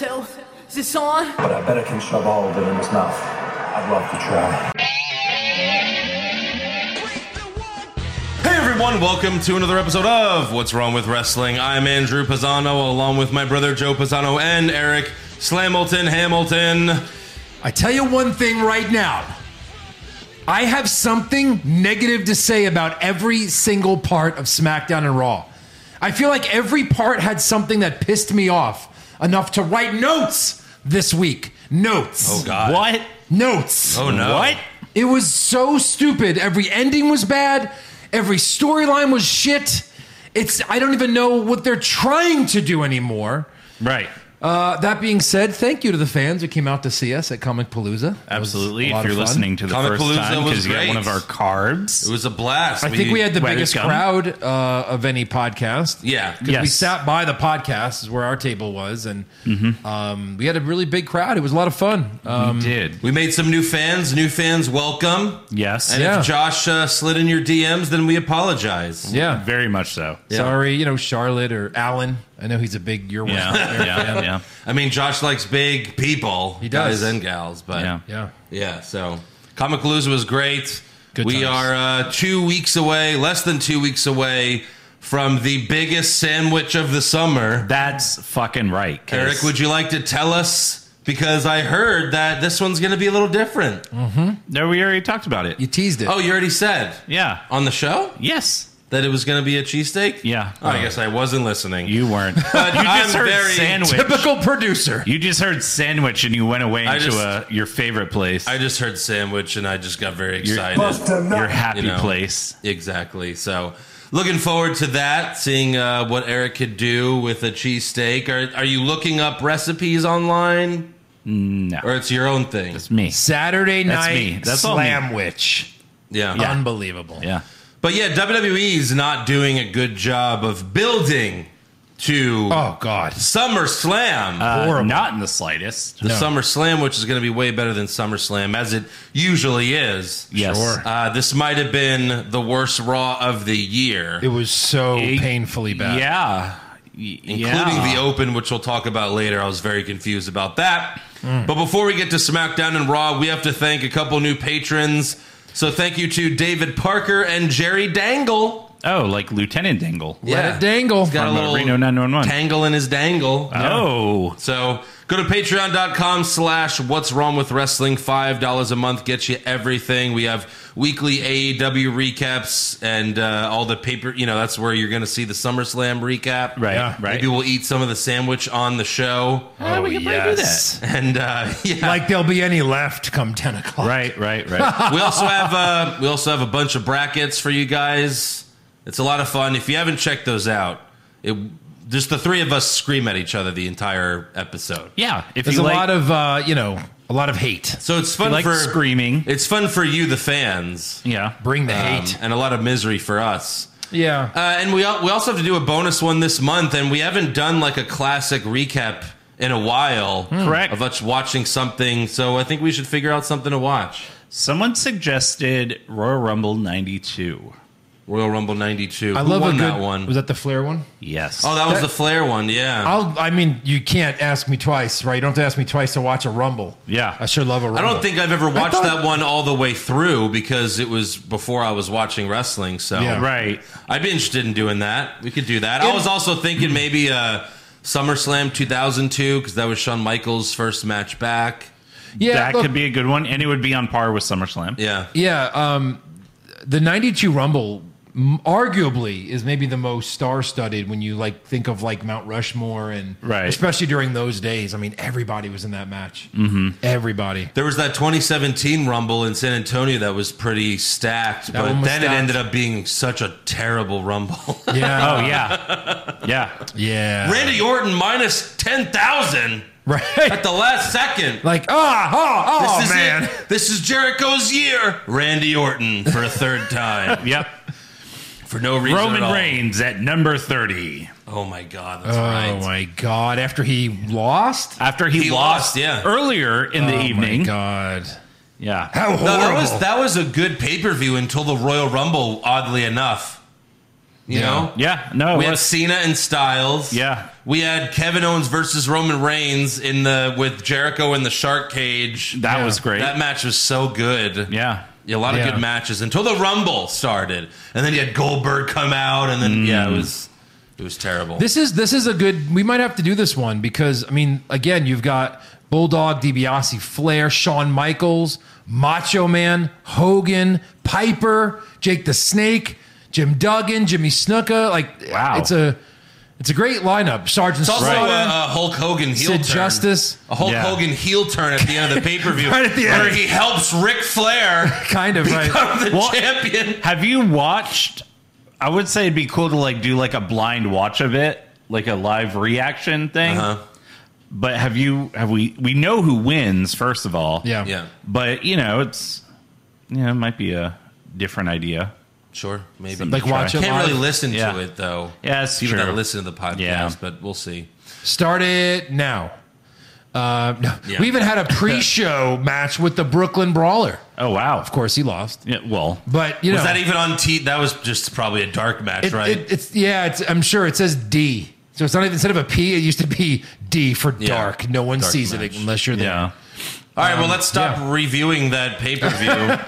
Oh, this on? But I bet I can shove all of it in his mouth. I'd love to try. Hey everyone, welcome to another episode of What's Wrong with Wrestling. I'm Andrew Pisano, along with my brother Joe Pisano and Eric Slamilton Hamilton. I tell you one thing right now. I have something negative to say about every single part of SmackDown and Raw. I feel like every part had something that pissed me off enough to write notes this week. Notes. Oh God! What? Notes. Oh no! What? It was so stupid. Every ending was bad. Every storyline was shit. It's I don't even know what they're trying to do anymore. Right. Uh, that being said, thank you to the fans who came out to see us at Comic Palooza. Absolutely. If you're listening to the Comic first Palooza time, was because you got great. one of our cards. It was a blast. I think we had the Where biggest it's come? crowd uh, of any podcast. yeah. 'Cause we Yes. sat by the podcast is where our table was, and Mm-hmm. um, we had a really big crowd. It was a lot of fun. Um, You did. We made some new fans. New fans, welcome. Yes. And Yeah. if Josh uh, slid in your DMs, then we apologize. yeah. Mm-hmm. Very much so. Sorry, you know Charlotte or Alan. I know he's a big your one. Yeah. Yeah. Yeah. I mean, Josh likes big people, he does. guys and gals, but Yeah. yeah. Yeah, so Comic Palooza was great. Good we times. are uh, two weeks away, less than two weeks away from the biggest sandwich of the summer. That's fucking right. 'cause- Eric, would you like to tell us? Because I heard that this one's going to be a little different. No, we already talked about it. You teased it. Oh, you already said Yeah. on the show Yes. that it was going to be a cheesesteak? Yeah. Oh, I guess I wasn't listening. You weren't. you just I'm heard very sandwich. typical producer. You just heard sandwich and you went away I into just- a, your favorite place. I just heard sandwich and I just got very Your- excited. your happy You know. place. Exactly. So, looking forward to that, seeing uh, what Eric could do with a cheesesteak. Are, are you looking up recipes online? No. Or it's your own thing? It's me. Saturday That's night me. That's all me. slamwich. yeah. Um, Unbelievable. Yeah. But yeah, WWE's not doing a good job of building to Oh God. SummerSlam. Uh, Horrible. not in the slightest. the SummerSlam, which is going to be way better than SummerSlam, as it usually is. Yes. Sure. Uh, this might have been the worst Raw of the year, It was so It- painfully bad. Yeah. Y- including yeah. the open, which we'll talk about later. I was very confused about that. Mm. But before we get to SmackDown and Raw, we have to thank a couple new patrons. So thank you to David Parker and Jerry Dangle. Oh, like Lieutenant Dingle. Let it dangle. He's got a From, uh, little Reno 911. tangle in his dangle. Oh, So go to patreon.com slash what's wrong with wrestling. Five dollars a month gets you everything. We have weekly AEW recaps and uh, all the paper you know, that's where you're gonna see the SummerSlam recap. right, Yeah. right. Maybe we'll eat some of the sandwich on the show. Oh, we can probably do yes. And uh, yeah, Like there'll be any left come ten o'clock. Right, right, right. we also have uh, we also have a bunch of brackets for you guys. It's a lot of fun. If you haven't checked those out, it just the three of us scream at each other the entire episode. yeah, if There's you a like, lot of uh, you know a lot of hate. So it's if you fun like for screaming. It's fun for you, the fans, yeah, Bring the um, hate. and a lot of misery for us. Yeah. Uh, and we al- we also have to do a bonus one this month, and we haven't done like a classic recap in a while. Hmm. Correct. Of us watching something, so I think we should figure out something to watch. Someone suggested Royal Rumble '92. Royal Rumble '92. I Who love won a good, that one. Was that the Flair one? Yes. oh, that, was the Flair one. Yeah. I'll, I mean, you can't ask me twice, right? You don't have to ask me twice to watch a Rumble. Yeah. I sure love a Rumble. I don't think I've ever watched thought- that one all the way through because it was before I was watching wrestling. So Yeah. right. I'd be interested in doing that. We could do that. I was also thinking maybe uh, SummerSlam 2002 because that was Shawn Michaels' first match back. Yeah, that look, could be a good one, and it would be on par with SummerSlam. Yeah. Yeah, um, the '92 Rumble m- arguably is maybe the most star-studded when you like think of like Mount Rushmore and Right. especially during those days. I mean, everybody was in that match. Mm-hmm. Everybody. There was that 2017 Rumble in San Antonio that was pretty stacked, but one then was it stacked. ended up being such a terrible Rumble. Yeah. Oh yeah, yeah. yeah. Randy Orton minus 10,000 at Right. the last second. Like ah oh oh this is man. it. This is Jericho's year. Randy Orton for a third time. Yep. for no reason. at Roman all. Reigns at number 30. Oh my God, that's Oh right. Oh my god! After he lost. After he, He lost, lost, yeah. earlier in the oh evening. My god. Yeah. How horrible. No, that was that was a good pay per view until the Royal Rumble. Oddly enough, You know? Yeah, no, it we had was- Cena and Styles. Yeah. We had Kevin Owens versus Roman Reigns in the with Jericho in the shark cage. That was great. That match was so good. yeah. Yeah, a lot of Yeah. good matches until the Rumble started, and then you had Goldberg come out, and then Mm. yeah, it was it was terrible. This is this is a good. We might have to do this one because I mean, again, you've got Bulldog, DiBiase, Flair, Shawn Michaels, Macho Man, Hogan, Piper, Jake the Snake, Jim Duggan, Jimmy Snuka. Like, Wow. it's a it's a great lineup. Sergeant it's also Slaughter, a, a Hulk Hogan heel Sid turn. Justice. A Hulk Yeah. Hogan heel turn at the end of the pay per view, Right at the where end. he helps Ric Flair kind of right. become the What? champion. Have you watched? I would say it'd be cool to like do like a blind watch of it, like a live reaction thing. Uh-huh. But have you? Have we? We know who wins first of all. Yeah. Yeah, But you know, it's you know, it might be a different idea. sure, maybe. Something Like to watch try. it Can't really live. listen Yeah. to it though. Yeah, that's People that true. listen to the podcast, Yeah. but we'll see. Start it now. Uh, no. Yeah. We even had a pre-show match with the Brooklyn Brawler. Oh wow! Of course, he lost, Yeah, well, but you Was know that even on T? That was just probably a dark match, It- right? it- it's yeah. It's, I'm sure it says D. So it's not even instead of a P. It used to be D for Yeah. dark. No one Dark sees match. it unless you're there. yeah. All right, well, let's stop yeah. reviewing that pay per view.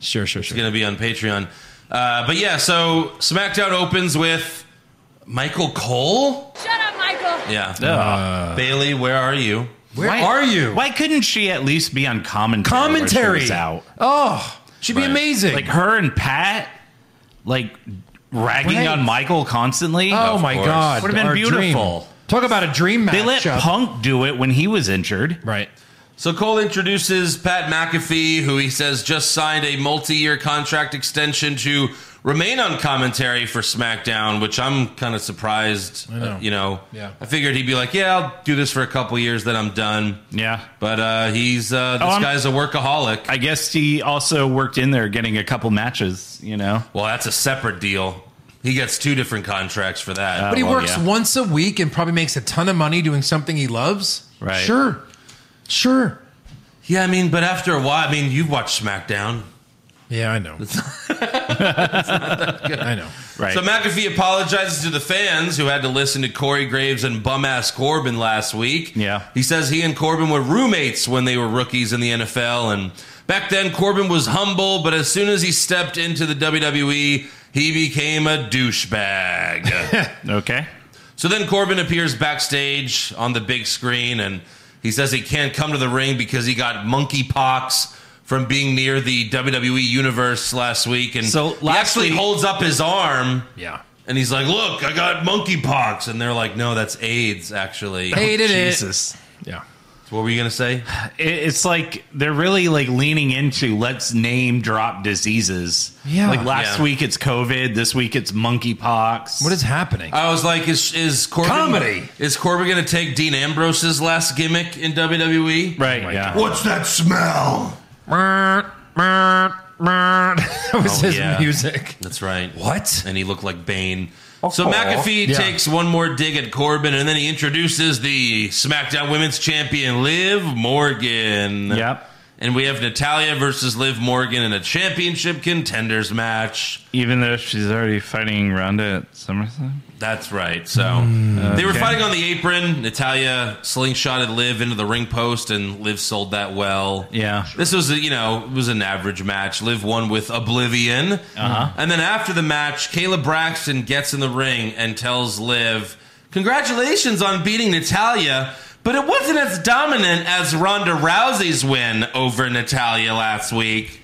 Sure, sure, sure. going to be on Patreon. Uh, but yeah, so SmackDown opens with Michael Cole. Shut up, Michael. Yeah, Ugh. Bailey, where are you? Where are you? Why couldn't she at least be on commentary? when she Commentary. was out. Oh, she'd be Right. amazing. Like her and Pat, like ragging Right. on Michael constantly. oh Of my course. god, Would've been Our dream. beautiful. Talk about a dream match. They let Punk do it when he was injured. right. So Cole introduces Pat McAfee, who he says just signed a multi-year contract extension to remain on commentary for SmackDown, which I'm kind of surprised. I know. uh, you know, Yeah. I figured he'd be like, "Yeah, I'll do this for a couple years, then I'm done." Yeah. But uh, he's uh, this Oh, I'm- guy's a workaholic. I guess he also worked in there getting a couple matches, you know? well, that's a separate deal. He gets two different contracts for that. But he well, works yeah. once a week and probably makes a ton of money doing something he loves. Right. Sure. Sure. Yeah, I mean, but after a while, I mean, you've watched SmackDown. Yeah, I know. I know. Right. So McAfee apologizes to the fans who had to listen to Corey Graves and bum-ass Corbin last week. Yeah. He says he and Corbin were roommates when they were rookies in the NFL. And back then, Corbin was humble, but as soon as he stepped into the WWE, he became a douchebag. okay. so then Corbin appears backstage on the big screen and he says he can't come to the ring because he got monkeypox from being near the WWE universe last week. And So he last actually week- holds up his arm. Yeah. And he's like, "Look, I got monkeypox," and they're like, "No, that's AIDS, actually." Hated it. Jesus. Yeah. What were you gonna say? It, it's like they're really like leaning into let's name drop diseases. Yeah. Like last Yeah. week it's COVID, this week it's monkeypox. What is happening? I was like, "Is is Corbin Comedy. Is Corbin gonna take Dean Ambrose's last gimmick in E?" WWE?" Oh Right. yeah. What's that smell? that was Oh, his yeah. music. That's right. What? And he looked like Bane. So McAfee Yeah. takes one more dig at Corbin, and then he introduces the SmackDown Women's Champion, Liv Morgan. Yep. And we have Natalia versus Liv Morgan in a championship contenders match. Even though she's already fighting Ronda at SummerSlam? That's right. So they were Okay. fighting on the apron. Natalia slingshotted Liv into the ring post, and Liv sold that well. Yeah. This was, a, you know, it was an average match. Liv won with Oblivion. Uh-huh. And then after the match, Kayla Braxton gets in the ring and tells Liv, Congratulations on beating Natalia, but it wasn't as dominant as Ronda Rousey's win over Natalia last week.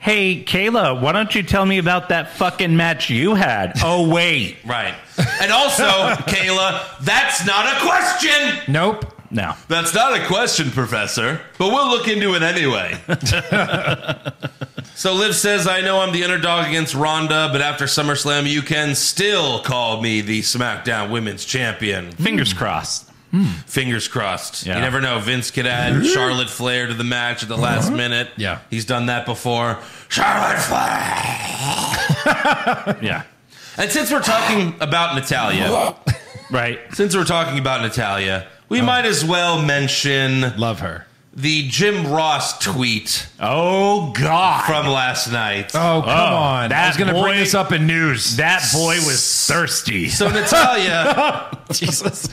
Hey, Kayla, why don't you tell me about that fucking match you had? Oh, wait. Right. And also, Kayla, that's not a question. Nope. No. That's not a question, Professor, but we'll look into it anyway. so Liv says, I know I'm the underdog against Ronda, but after SummerSlam, you can still call me the SmackDown Women's Champion. Fingers crossed. Fingers crossed. Yeah. You never know. Vince could add Charlotte Flair to the match at the last minute. Yeah. He's done that before. Charlotte Flair! Yeah. And since we're talking about Natalia, Right. Uh-huh. since we're talking about Natalia, we might as well mention Love her. the Jim Ross tweet Oh God! from last night. Oh, come Oh, on. I that was going to boy- bring this up in news. that boy was thirsty. So Natalia, Jesus.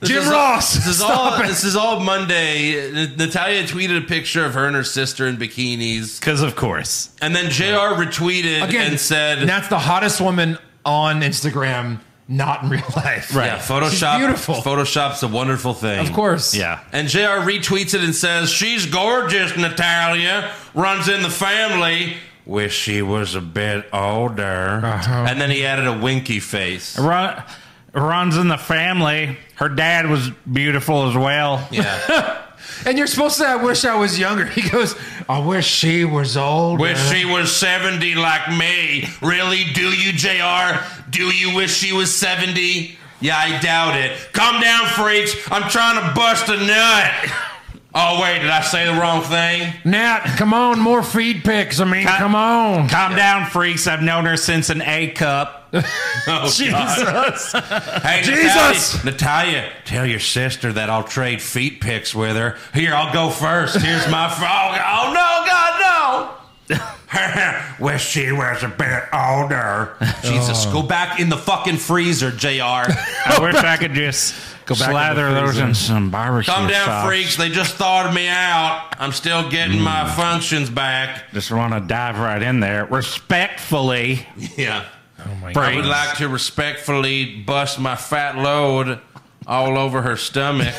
this Jim is- Ross, This is stop all. it. This is all Monday. N- Natalia tweeted a picture of her and her sister in bikinis, Because of course. and then Jr. retweeted Again, and said, that's the hottest woman on Instagram, not in real life. Right. "Yeah, She's Photoshop. beautiful. Photoshop's a wonderful thing. Of course. Yeah. And JR retweets it and says, She's gorgeous, Natalia. Runs in the family. Wish she was a bit older. Uh-huh. And then he added a winky face. Ron, Ron's in the family. Her dad was beautiful as well. Yeah. And you're supposed to say, I wish I was younger. He goes, I wish she was older. wish she was 70 like me. Really? Do you, JR? Do you wish she was 70? Yeah, I doubt it. Come down, freaks. I'm trying to bust a nut. Oh, wait, did I say the wrong thing? Nat, come on, more feed pics. I mean, Cut. come on. Calm down, freaks. I've known her since an A cup. Oh, Jesus. Hey, Jesus! Natalia, Natalia, tell your sister that I'll trade feet pics with her. Here, I'll go first. Here's my phone. Oh, no, God, no. Wish she was a bit older. Jesus, go back in the fucking freezer, JR. I wish I could just back in the slather those in some barbecue Come down, sauce. freaks. They just thawed me out. I'm still getting Mm. my functions back. Just want to dive right in there. Respectfully. Yeah. Oh my Bro. I would like to respectfully bust my fat load all over her stomach.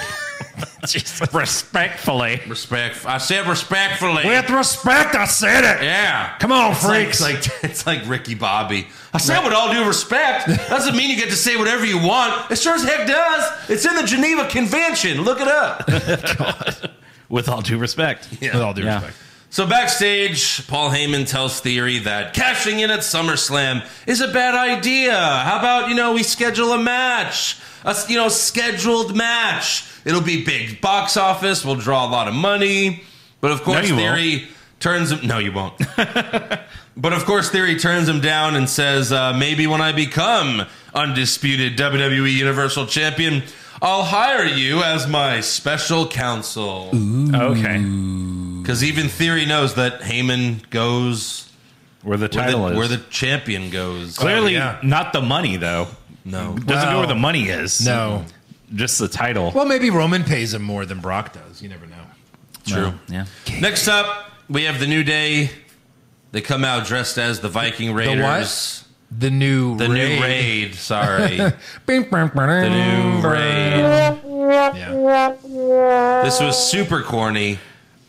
Respectfully. Respect. I said respectfully. With respect, I said it. Yeah. Come on, It's like- freaks. It's like, it's like Ricky Bobby. I say with all due respect. Doesn't mean you get to say whatever you want. It sure as heck does. It's in the Geneva Convention. Look it up. With all due respect. With all due Yeah. respect. so backstage, Paul Heyman tells Theory that cashing in at SummerSlam is a bad idea. How about you know we schedule a match, a s- you know scheduled match. It'll be big box office. We'll draw a lot of money. But of course, you won't. Theory turns him. No, you won't. But of course, Theory turns him down and says, uh, maybe when I become undisputed WWE Universal Champion, I'll hire you as my special counsel. Mm. Okay. Because even Theory knows that Heyman goes Where the where the, title is. where the champion goes. Oh, Clearly, Oh, yeah. not the money, though. No. Doesn't Well, know where the money is. No. Just the title. Well, maybe Roman pays him more than Brock does. You never know. True. Yeah. Next up, we have the New Day. They come out dressed as the Viking Raiders. The new The, raid. new raid. Sorry. the Bing, bing, bing, new bing. raid. Yeah. This was super corny.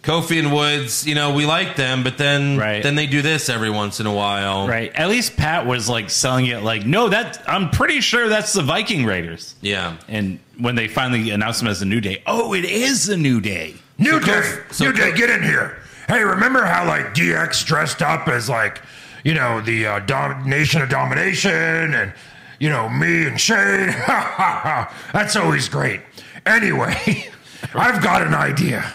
Kofi and Woods, you know, we like them, but then Right. then they do this every once in a while. Right. At least Pat was like selling it like, no, that I'm pretty sure that's the Viking Raiders. Yeah. And when they finally announced them as the New Day, oh, it is the New Day. New So Day, Kof- so New Day, Kof- get in here. Hey, remember how like DX dressed up as like, you know, the uh, dom- Nation of Domination and, you know, me and Shane? That's always great. Anyway, I've got an idea.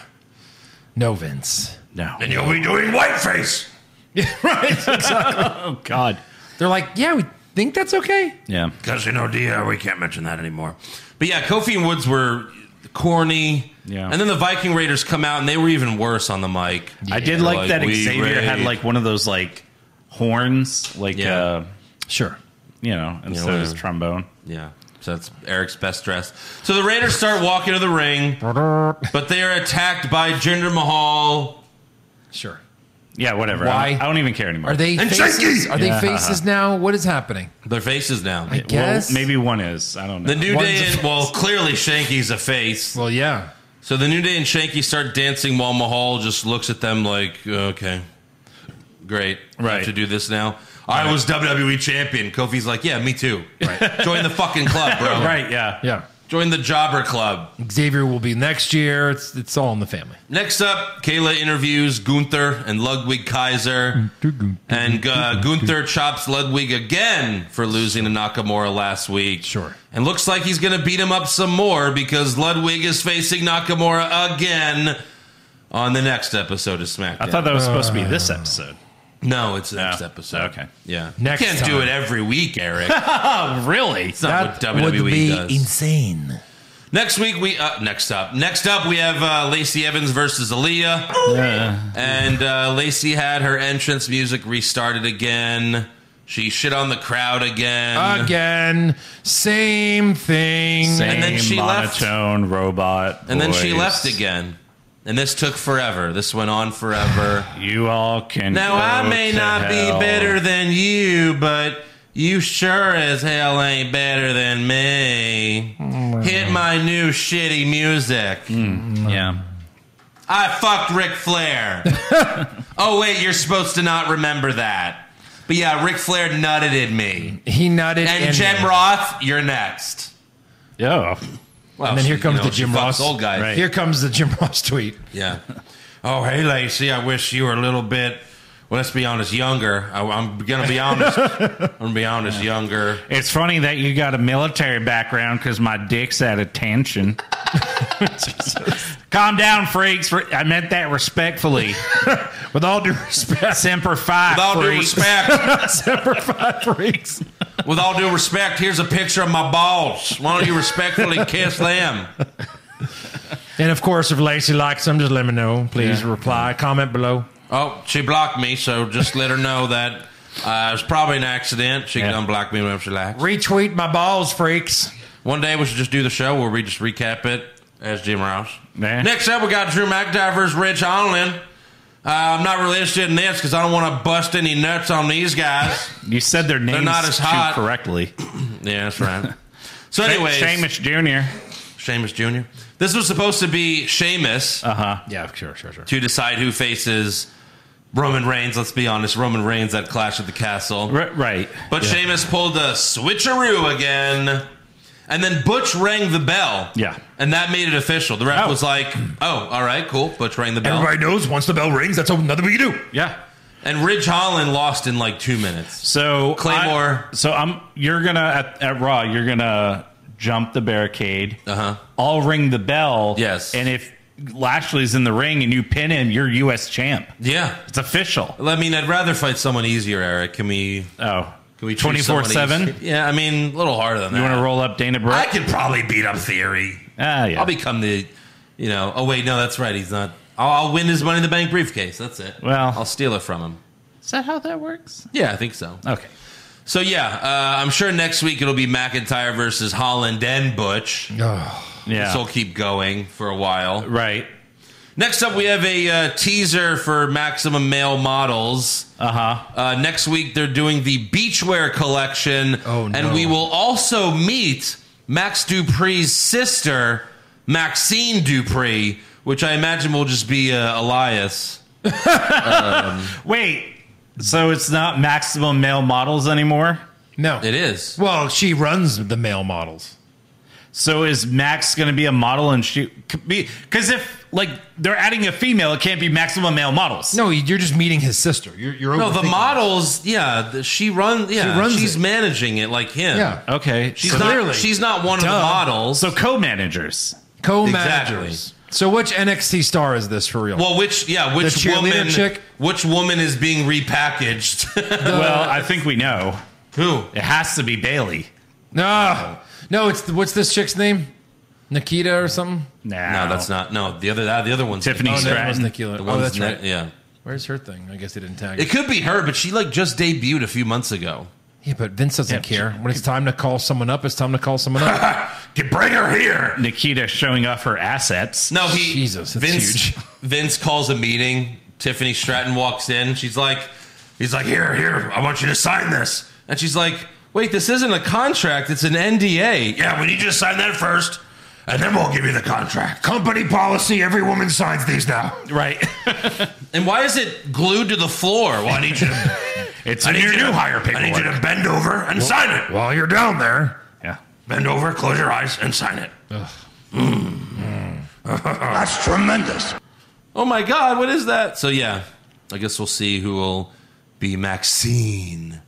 No, Vince. No. And you'll be doing whiteface. right. Exactly. Oh God. They're like, yeah, we think that's okay. Yeah. Because, you know, D- uh, we can't mention that anymore. But yeah, Kofi and Woods were corny. Yeah. And then the Viking Raiders come out and they were even worse on the mic. I did like, Like, that we Xavier had raid. like one of those like horns, like Yeah. uh Sure. you know, instead of his trombone. Yeah. So that's Eric's best dress. So the Raiders start walking to the ring, but they are attacked by Jinder Mahal. Sure. Yeah, whatever. I Why? don't, I don't even care anymore. Are they And faces? Shanky! Are Yeah. they faces now? What is happening? Their faces now. I guess. Well, maybe one is. I don't know. The New One's a Day, and, face. well, clearly Shanky's a face. Well, yeah. So the New Day and Shanky start dancing while Mahal just looks at them like, okay, great. I have Right. to do this now. I was WWE champion. Kofi's like, yeah, me too. Right. Join the fucking club, bro. right, yeah. Yeah. Join the jobber club. Xavier will be next year. It's it's all in the family. Next up, Kayla interviews Gunther and Ludwig Kaiser. And uh, Gunther chops Ludwig again for losing to Nakamura last week. Sure. And looks like he's going to beat him up some more because Ludwig is facing Nakamura again on the next episode of SmackDown. I thought that was supposed to be this episode. No, it's the next episode. Okay. Yeah. Next you can't do time. it every week, Eric. It's Really? not what WWE E does. insane. Next week we uh, next up next up we have uh, Lacey Evans versus Aaliyah, and uh, Lacey had her entrance music restarted again. She shit on the crowd again. Again, same thing. Same And then she left. monotone robot. and then she voice. left again. And this took forever. This went on forever. You all can. now go I may to not hell. be better than you, but you sure as hell ain't better than me. Mm. Hit my new shitty music. Yeah. I fucked Ric Flair. oh wait, you're supposed to not remember that. But yeah, Ric Flair nutted at me. He nodded. And Jim Roth, you're next. Yeah. Well, And then here she- comes you know, the she Jim fucks Ross. old guy. Here comes the Jim Ross tweet. Yeah. Oh, hey, Lacey, I wish you were a little bit. Well, let's be honest, younger. I, I'm gonna be honest. I'm gonna be honest, younger. It's funny that you got a military background because my dick's at attention. Calm down, freaks. Re- I meant that respectfully. With all due respect, Semper Fi. With all due freaks. respect, Semper Fi freaks. with all due respect, here's a picture of my balls. Why don't you respectfully kiss them? And of course, if Lacey likes them, just let me know. Please reply, comment below. Oh, she blocked me, so just let her know that uh, it was probably an accident. She Yeah. can unblock me whenever she likes. Retweet my balls, freaks. One day we should just do the show where we just recap it as Jim Rouse. Yeah. Next up, we got Drew McIntyre versus Rich Holland. Uh, I'm not really interested in this because I don't want to bust any nuts on these guys. You said their names not as too hot. correctly. yeah, that's right. So, anyways, Seamus Jr. Sheamus Jr. This was supposed to be Sheamus Yeah, sure, sure, sure. to decide who faces Roman Reigns. Let's be honest, Roman Reigns at Clash of the Castle. R- right. But Sheamus pulled the switcheroo again. And then Butch rang the bell. Yeah. And that made it official. The ref Oh. was like, oh, all right, cool. Butch rang the bell. Everybody knows once the bell rings, that's all- nothing we can do. Yeah. And Ridge Holland lost in like two minutes. So Claymore. I- so I'm. You're gonna at, at Raw. You're gonna jump the barricade. Uh huh. I'll ring the bell. Yes. And if Lashley's in the ring and you pin him, you're U.S. champ. Yeah. It's official. I mean, I'd rather fight someone easier, Eric. Can we? Oh. Can we choose twenty four someone seven? easier? Yeah, I mean, a little harder than You that. want to roll up Dana Brooke? I could probably beat up Theory. ah, yeah. I'll become the, you know. Oh wait, no, that's right. He's not. I'll, I'll win his Money in the Bank briefcase. That's it. Well- I'll steal it from him. Is that how that works? Yeah, I think so. Okay. So yeah, uh, I'm sure next week it'll be McIntyre versus Holland and Butch. Yeah. This will keep going for a while. right. Next up, we have a uh, teaser for Maximum Male Models. Uh Uh-huh. huh. Uh, next week, they're doing the beachwear collection. Oh, no. And we will also meet Max Dupree's sister, Maxine Dupree, which I imagine will just be uh, Elias. Wait. So it's not maximum male models anymore. No. It is. Well, she runs the male models. So is Max going to be a model and she could be? Because if like they're adding a female, it can't be maximum male models. No, you're just meeting his sister. You're, you're No, the overthinking it. models, yeah, the, she runs, yeah, She runs she's it. managing it like him. Yeah. Okay. She's, so, Clearly. not, she's not one of the Duh. models. so co-managers. Co-managers. So which NXT star is this for real? well, which, yeah, which cheerleader woman, chick? which woman is being repackaged? well, I think we know. Who? It has to be Bailey. no. Ah, No, it's what's this chick's name? Nikita or something? No, that's not. No, the other, uh, the other one's Tiffany Oh, that was Stratton. Nikita. The Oh, one's that's ne- right. Yeah. Where's her thing? I guess they didn't tag. It It. could be her, but she like just debuted a few months ago. Yeah, but Vince doesn't Yeah, care. When it's time to call someone up, it's time to call someone up. Get bring her here. Nikita showing off her assets. No, he Jesus, that's Vince huge. Vince calls a meeting. Tiffany Stratton walks in. She's like, He's like, here, here. I want you to sign this. and she's like, wait, this isn't a contract. It's an NDA. Yeah, we need you to sign that first, and then we'll give you the contract. Company policy. Every woman signs these now. Right. And why is it glued to the floor? I Why? need you to. it's I need your you new to hire I need you paperwork. to bend over and sign it. While you're down there, Yeah. Bend over, close your eyes, and sign it. Mm. That's tremendous. Oh my God, what is that? So yeah, I guess we'll see who will be Maxine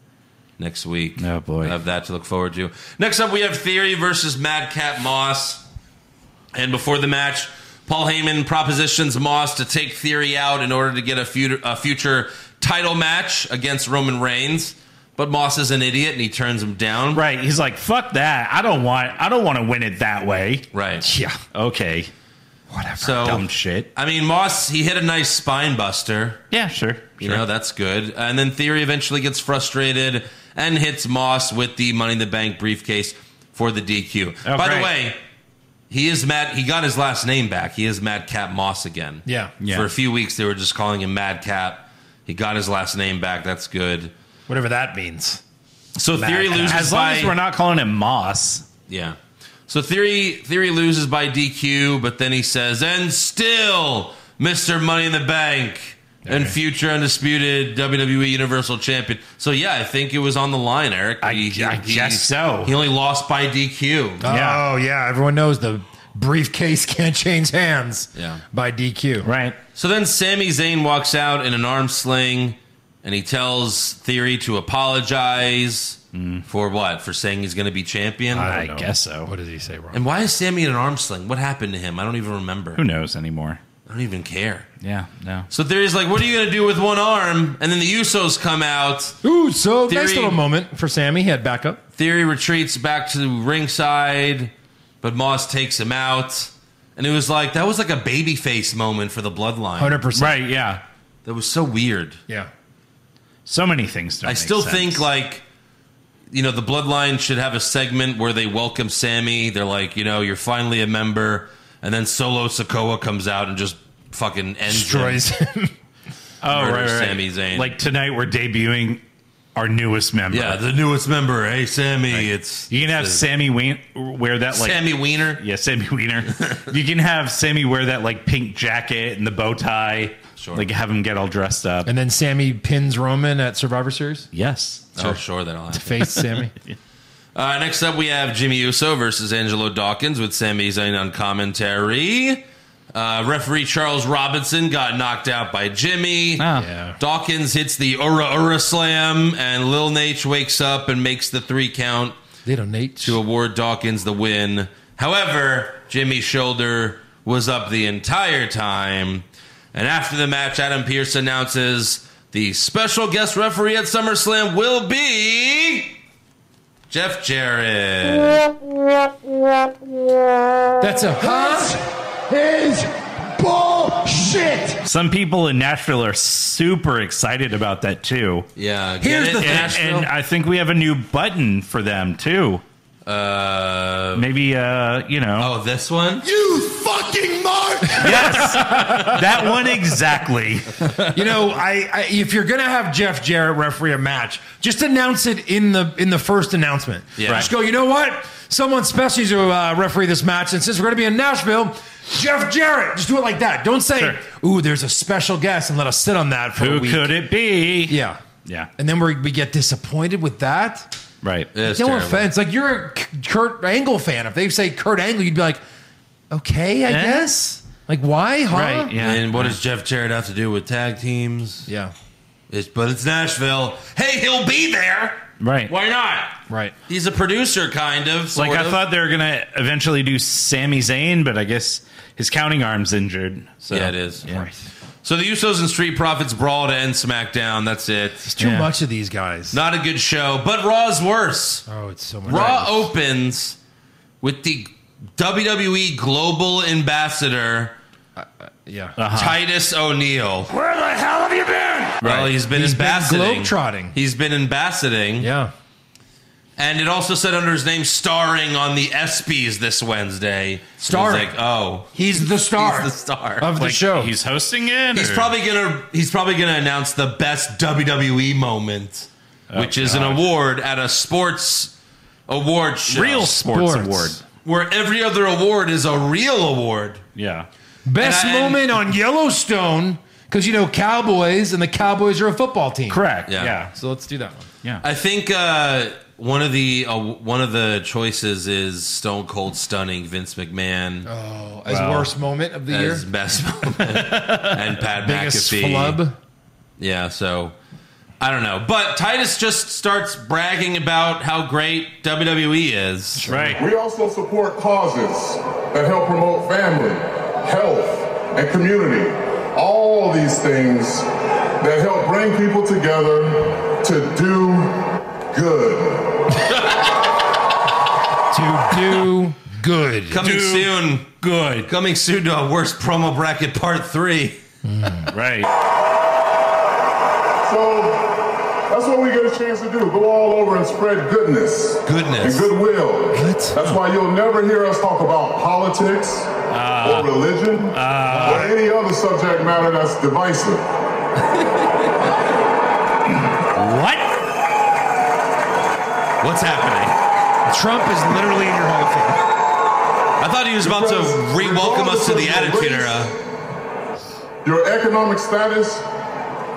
next week. Oh, boy. We'll have that to look forward to. Next up, we have Theory versus Madcap Moss. And before the match, Paul Heyman propositions Moss to take Theory out in order to get a, fut- a future title match against Roman Reigns. But Moss is an idiot and he turns him down. Right. He's like, fuck that. I don't want I don't want to win it that way. Right. Yeah. Okay. So Dumb shit. I mean, Moss he hit a nice spine buster. Yeah, sure. You know that's good. And then Theory eventually gets frustrated and hits Moss with the Money in the Bank briefcase for the DQ. Oh, By the great. way, he is Matt. He got his last name back. He is Madcap Moss again. Yeah. Yeah. For a few weeks they were just calling him Madcap. He got his last name back. That's good. Whatever that means. So Theory loses As long by as we're not calling him Moss. Yeah. So theory theory loses by DQ, but then he says, "And still, Mister Money in the Bank and future undisputed WWE Universal Champion." So yeah, I think it was on the line, Eric. I- I guess so. Uh. He only lost by DQ. Yeah. Oh yeah, everyone knows the briefcase can't change hands. Yeah. By DQ. Right. So then Sami Zayn walks out in an arm sling, and he tells Theory to apologize for what? For saying he's going to be champion. Mm. I know. guess so. What did he say wrong? and why is Sammy in an arm sling? What happened to him? I don't even remember. Who knows anymore? I don't even care. Yeah, no. So Theory's like, what are you going to do with one arm? And then the Usos come out. Ooh, so nice Theory- little moment for Sammy. He had backup. Theory retreats back to ringside, but Moss takes him out. And it was like, that was like a babyface moment for the bloodline. Hundred percent. Right, yeah. That was so weird. Yeah. So many things don't I make still sense. think, like, you know, the bloodline should have a segment where they welcome Sammy. They're like, you know, you're finally a member. And then Solo Sokoa comes out and just fucking ends him. Destroys. oh, right, murders right, right. Sami Zayn. Like tonight we're debuting our newest member. Yeah, the newest member. Hey, Sammy, it's. You can have it's, uh, Sammy Wien wear that like Sammy Wiener. Yeah, Sammy Wiener. you can have Sammy wear that like pink jacket and the bow tie. Sure. Like have him get all dressed up. and then Sammy pins Roman at Survivor Series. yes. Oh, sure, that'll happen. Face Sammy. Uh, next up, we have Jimmy Uso versus Angelo Dawkins with Sami Zayn on commentary. Uh, referee Charles Robinson got knocked out by Jimmy. Ah. Yeah. Dawkins hits the Ura Ura Slam, and Lil Nate wakes up and makes the three count Little Nate. to award Dawkins the win. However, Jimmy's shoulder was up the entire time. And after the match, Adam Pierce announces the special guest referee at SummerSlam will be Jeff Jarrett. That's a huh? is bullshit. Some people in Nashville are super excited about that too. Yeah, get Here's it, the thing, And, Nashville? and I think we have a new button for them too. uh, Maybe uh, you know. oh, this one. You fucking mark. Yes. that one exactly. You know, I, I if you're gonna have Jeff Jarrett referee a match, just announce it in the in the first announcement. Yeah. Just go. You know what? Someone special is to uh, referee this match, and since we're gonna be in Nashville, Jeff Jarrett. Just do it like that. Don't say, Sure. "Ooh, there's a special guest," and let us sit on that for a Who week. could it be? Yeah. Yeah. And then we we get disappointed with that. Right. That's no terrible. offense. Like you're a K- Kurt Angle fan. If they say Kurt Angle, you'd be like, okay, I Eh? guess. Like why? Huh? Right. Yeah. And what does Jeff Jarrett have to do with tag teams? Yeah. It's, but it's Nashville. Hey, he'll be there. Right. Why not? Right. He's a producer, kind of. Like sort I of. thought they were gonna eventually do Sami Zayn, but I guess his counting arm's injured. So Yeah, it is. Yeah. So the Usos and Street Profits brawl to end SmackDown. That's it. It's too Yeah. much of these guys. Not a good show, but Raw's worse. oh, it's so much. Raw opens with the WWE Global Ambassador Yeah. Uh-huh. Titus O'Neil. Where the hell have you been? Well, he's been He's been ambassading. globetrotting. He's been ambassading. yeah. And it also said under his name, starring on the ESPYs this Wednesday. It was Starring. like, oh, He's the star he's the star. of the Like, show. He's hosting it. He's or- probably gonna he's probably gonna announce the best WWE moment, which is an award at a sports award show, real sports, Sports. award. where every other award is a real award. Yeah. Best and I- and- moment on Yellowstone because you know Cowboys and the Cowboys are a football team. Correct. Yeah. Yeah. Yeah. So let's do that one. I think uh, one of the uh, one of the choices is Stone Cold stunning Vince McMahon Oh, as Wow. worst moment of the year. as best moment, and Pat Biggest McAfee. flub. Yeah, so I don't know, but Titus just starts bragging about how great WWE is. Right. We also support causes that help promote family, health, and community. All these things that help bring people together to do good. to do good. Coming Dude. soon. Good. Coming soon to a worst promo bracket part three. Right. So that's what we get a chance to do. Go all over and spread goodness. Goodness. And goodwill. That's why you'll never hear us talk about politics or religion or any other subject matter that's divisive. What? What's happening? Trump is literally in your whole thing. I thought he was about to re welcome us to the Attitude Era. Your economic status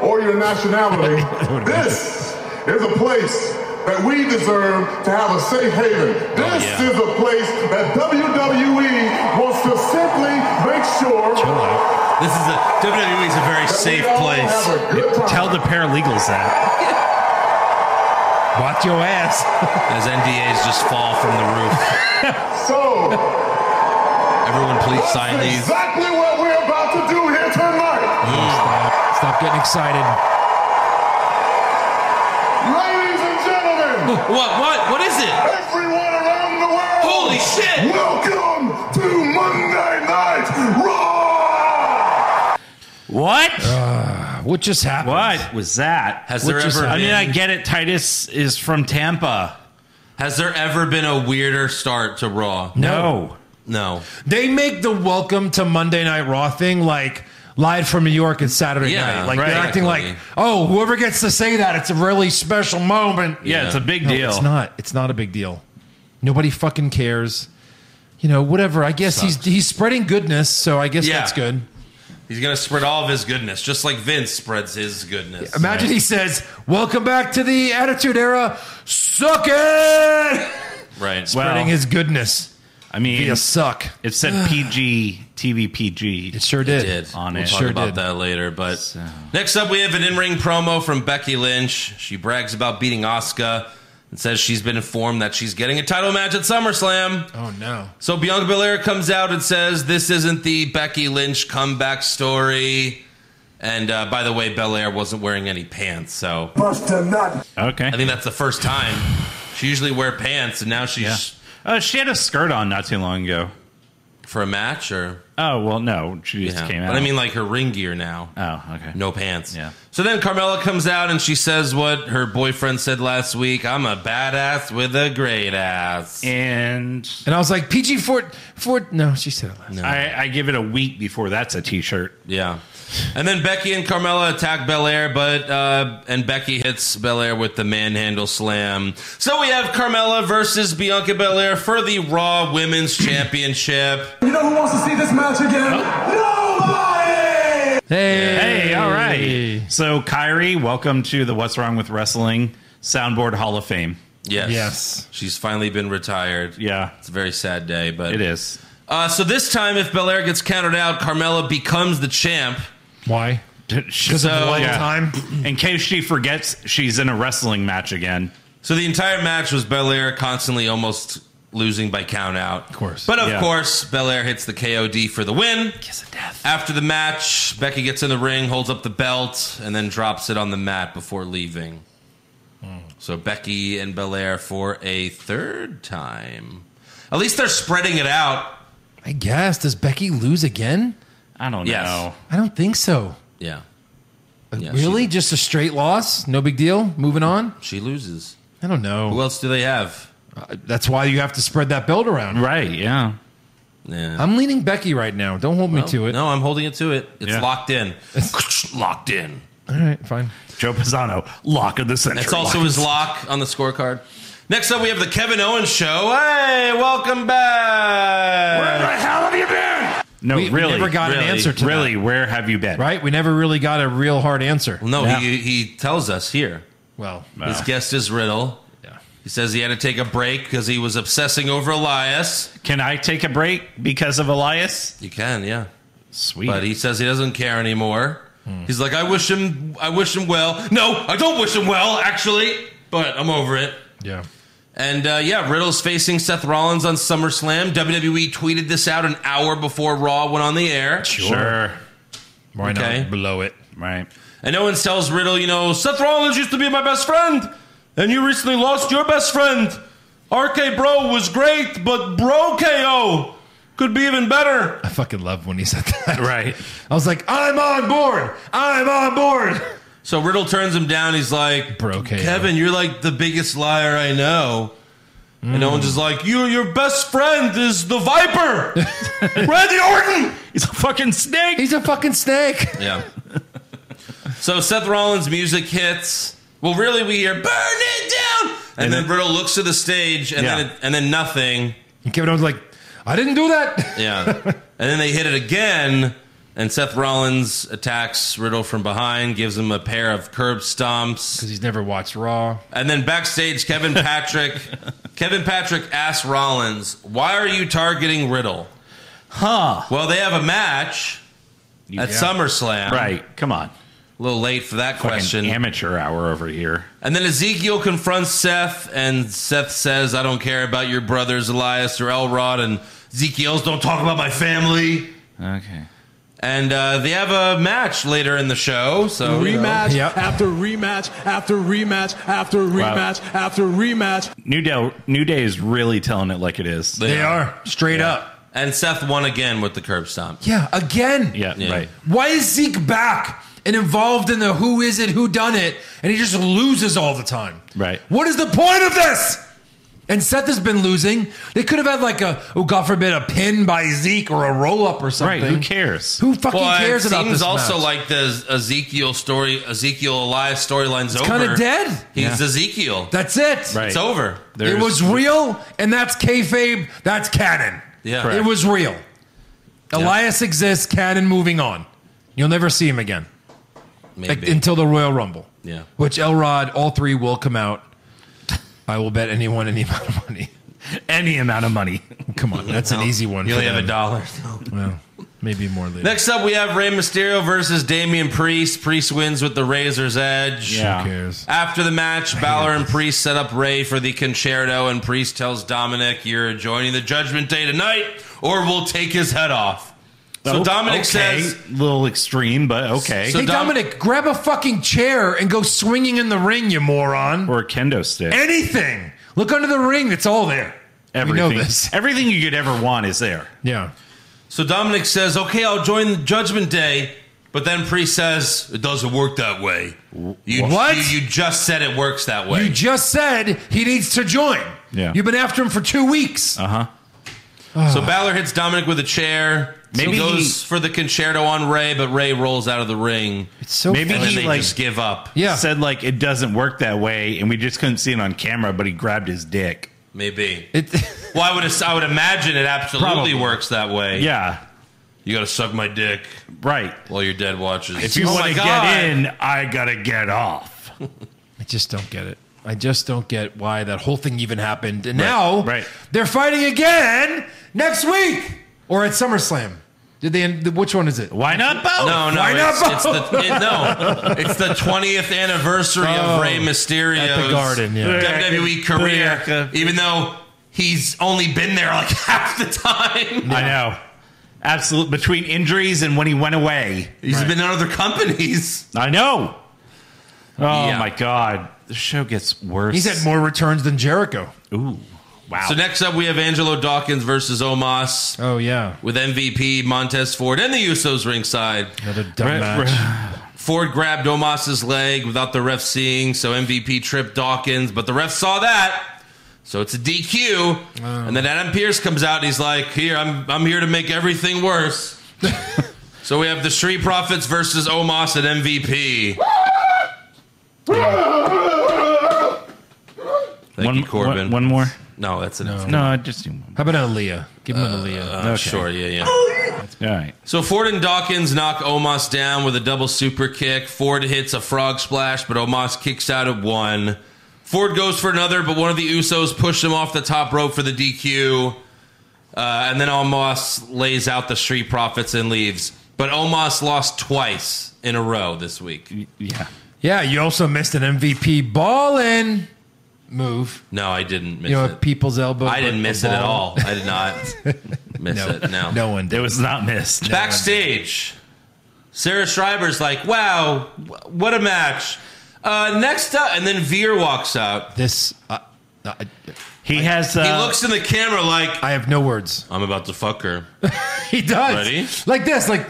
or your nationality, this is a place that we deserve to have a safe haven. This Oh, yeah. is a place that WWE wants to simply make sure This is a WWE is a very that safe we all place. have a good time. Tell the paralegals that. Watch your ass. As NDAs just fall from the roof. So, Everyone, please that's sign these. exactly what we're about to do here tonight. Stop, stop getting excited. Ladies and gentlemen, What? What? What is it? everyone around the world, Holy shit! welcome to Monday Night Raw! What? Oh, What just happened? what was that? Has What there just- ever I mean, been- I get it. Titus is from Tampa. Has there ever been a weirder start to Raw? No. No. They make the welcome to Monday Night Raw thing like live from New York and Saturday Yeah, night. Like they're right. acting like, oh, whoever gets to say that, it's a really special moment. Yeah, it's a big No, deal. it's not. It's not a big deal. Nobody fucking cares. You know, whatever. I guess he's he's spreading goodness, so I guess Yeah. that's good. He's gonna spread all of his goodness, just like Vince spreads his goodness. Imagine he says, "Welcome back to the Attitude Era." Suck it. Right. Well- Spreading his goodness. I mean, Be a suck. it said PG, TV PG. It sure It did. did. On we'll it. talk Sure about did. that later. But next up, we have an in-ring promo from Becky Lynch. She brags about beating Asuka and says she's been informed that she's getting a title match at SummerSlam. Oh no. So Bianca Belair comes out and says, "This isn't the Becky Lynch comeback story." And uh, by the way, Belair wasn't wearing any pants, so Bust a nut. Okay. I think that's the first time. She usually wear pants, and now she's yeah. Uh, she had a skirt on not too long ago. for a match or Oh, well, no. She just Yeah. came out. But I mean, like her ring gear now. oh, okay. No pants. Yeah. So then Carmella comes out and she says what her boyfriend said last week I'm a badass with a great ass. And And I was like, PG four four. No, she said it last. I, I give it a week before that's a t shirt. Yeah. And then Becky and Carmella attack Belair, but, uh, and Becky hits Belair with the manhandle slam. So we have Carmella versus Bianca Belair for the Raw Women's Championship. You know who wants to see this match again? Nobody! Hey, Hey, all right. So, Kyrie, welcome to the What's Wrong with Wrestling Soundboard Hall of Fame. Yes. Yes. She's finally been retired. Yeah, It's a very sad day, but it is. Uh, so this time, if Belair gets counted out, Carmella becomes the champ. Why? Because of one time? In case she forgets she's in a wrestling match again. So the entire match was Belair constantly almost losing by count out. Of course. But of Yeah. course, Belair hits the KOD for the win. Kiss of death. After the match, Becky gets in the ring, holds up the belt, and then drops it on the mat before leaving. So Becky and Belair for a third time. At least they're spreading it out. I guess. Does Becky lose again? I don't Yes. know. I don't think so. Yeah. Yeah, really? Just a straight loss? No big deal? Moving on? She loses. I don't know. Who else do they have? Uh, That's why you have to spread that belt around. Right, yeah. Yeah. I'm leaning Becky right now. Don't hold me to it. No, I'm holding it to it. It's Yeah. locked in. locked in. All right, fine. Joe Pisano, lock of the century. That's also his lock on the scorecard. Next up, we have the Kevin Owens show. Hey, welcome back. No, We- we really. never got an really, answer to Really, where have you been? Right? We never really got a real hard answer. No, Yeah. he, he tells us here. Well, Wow. His guest is Riddle. He says he had to take a break because he was obsessing over Elias. Can I take a break because of Elias? You can, yeah. Sweet. But he says he doesn't care anymore. He's like, I wish him, I wish him well. No, I don't wish him well, actually. But I'm over it. yeah. And uh, yeah, Riddle's facing Seth Rollins on SummerSlam. WWE tweeted this out an hour before Raw went on the air. Sure. Why Okay. not blow it? Right. And Owens tells Riddle, you know, Seth Rollins used to be my best friend. And you recently lost your best friend. RK Bro was great, but Bro KO could be even better. I fucking love when he said that. Right. I was like, I'm on board. I'm on board. So Riddle turns him down. He's like, Bro KO. Kevin, you're like the biggest liar I know. And Owen's just like, you, your best friend is the Viper, Randy Orton. He's a fucking snake. He's a fucking snake. Yeah. so Seth Rollins' music hits. Well, really, we hear "Burn it down," and, then, Riddle looks to the stage, and Yeah. then and then nothing. And Kevin Owens was like, I didn't do that. Yeah. and then they hit it again, and Seth Rollins attacks Riddle from behind, gives him a pair of curb stomps, Because he's never watched Raw. and then backstage, Kevin Patrick, Kevin Patrick asks Rollins, "Why are you targeting Riddle?" Huh. Well, they have a match at SummerSlam. Right. Come on. A little late for that Fucking Um, question. amateur hour over here. And then Ezekiel confronts Seth, and Seth says, I don't care about your brothers, Elias or Elrod, and Ezekiel's don't talk about my family. Okay. And uh, they have a match later in the show. So Rematch Yep. after rematch after rematch after rematch after rematch. New Day. New Day is really telling it like it is. They are. Straight up. And Seth won again with the curb stomp. Yeah, again. yeah, Yeah. Right. Why is Zeke back and involved in the who is it, who done it, and he just loses all the time? Right. What is the point of this? And Seth has been losing. They could have had like a, oh God forbid, a pin by Zeke or a roll up or something. Right. Who cares? Who fucking cares it about seems this? also match? like the Ezekiel story, Ezekiel Elias storyline's over. kinda dead. He's Ezekiel. that's it. Right. It's over. It There's- was real, and that's kayfabe. That's canon. Yeah. Correct. It was real. Elias exists. Canon. Moving on. You'll never see him again Maybe. until the Royal Rumble. Yeah. Which Elrod, all three will come out. I will bet anyone any amount of money. any amount of money. Come on, that's an easy one. You for only have a them. dollar. Well, maybe more later. Next up, we have Rey Mysterio versus Damian Priest. Priest wins with the Razor's Edge. Yeah. Who cares? After the match, Balor and Priest set up Ray for the concerto, and Priest tells Dominic, You're joining the Judgment Day tonight, or we'll take his head off. So Oh, Dominic okay. says, a little extreme, but okay. So- hey, Dom- Dominic, grab a fucking chair and go swinging in the ring, you moron. or a kendo stick. Anything. Look under the ring. That's all there. everything. We know this. Everything you could ever want is there. Yeah. So Dominic says, Okay, I'll join the Judgment Day. But then Priest says, It doesn't work that way. You, What? You, you just said it works that way. You just said he needs to join. Yeah. Uh, You've been after him for two weeks. Uh-huh. so Balor hits Dominic with a chair. Maybe Maybe he- goes for the concerto on Ray, but Ray rolls out of the ring. it's so maybe And then he, they like- just give up. yeah. Said like it doesn't work that way, and we just couldn't see it on camera, but he grabbed his dick. Maybe. It, Well, I would, I would imagine it absolutely Probably. works that way. Yeah. You gotta suck my dick Right. while your dad watches. If you Oh want my to God. get in, I gotta get off. I just don't get it. I just don't get why that whole thing even happened. And now right. they're fighting again next week or at SummerSlam. Did they? Which one is it? Why not both? No, no, Why not it's, it's the it- no, it's the twentieth anniversary Oh, of Rey Mysterio's at the Garden, yeah. WWE career. Booyaka. Even though he's only been there like half the time, I know. Absolute between injuries and when he went away. he's been in other companies. I know. Oh Yeah. my god. The show gets worse. He's had more returns than Jericho. Ooh. Wow. So next up, we have Angelo Dawkins versus Omos Oh yeah, with MVP Montez Ford and the Usos ringside. another dumb Right, match. Ford grabbed Omos's leg without the ref seeing, so MVP tripped Dawkins, but the ref saw that. So it's a DQ. And then Adam Pierce comes out and he's like, Here, I'm I'm here to make everything worse. so we have the Street Profits versus Omos and MVP. Thank one, you, Corbin. One, one more. no, that's enough. No, I just do one. How about an Aaliyah? Give him an Aaliyah. Uh, Sure, yeah, yeah. All right. So Ford and Dawkins knock Omos down with a double super kick. Ford hits a frog splash, but Omos kicks out at one. Ford goes for another, but one of the Usos pushed him off the top rope for the DQ. Uh, and then Omos lays out the Street Profits and leaves. But Omos lost twice in a row this week. Yeah. yeah, you also missed an MVP ballin move. No, I didn't miss You know, a it. people's elbow. I didn't but miss a it at ball. all. I did not miss it. No. No one It did. was not missed. Backstage, Sarah Schreiber's like, wow, wh- what a match. Uh, next up, and then Veer walks out. This, uh, I, He has. Uh, He looks in the camera like, I have no words. I'm about to fuck her. He does. Ready? Like this, like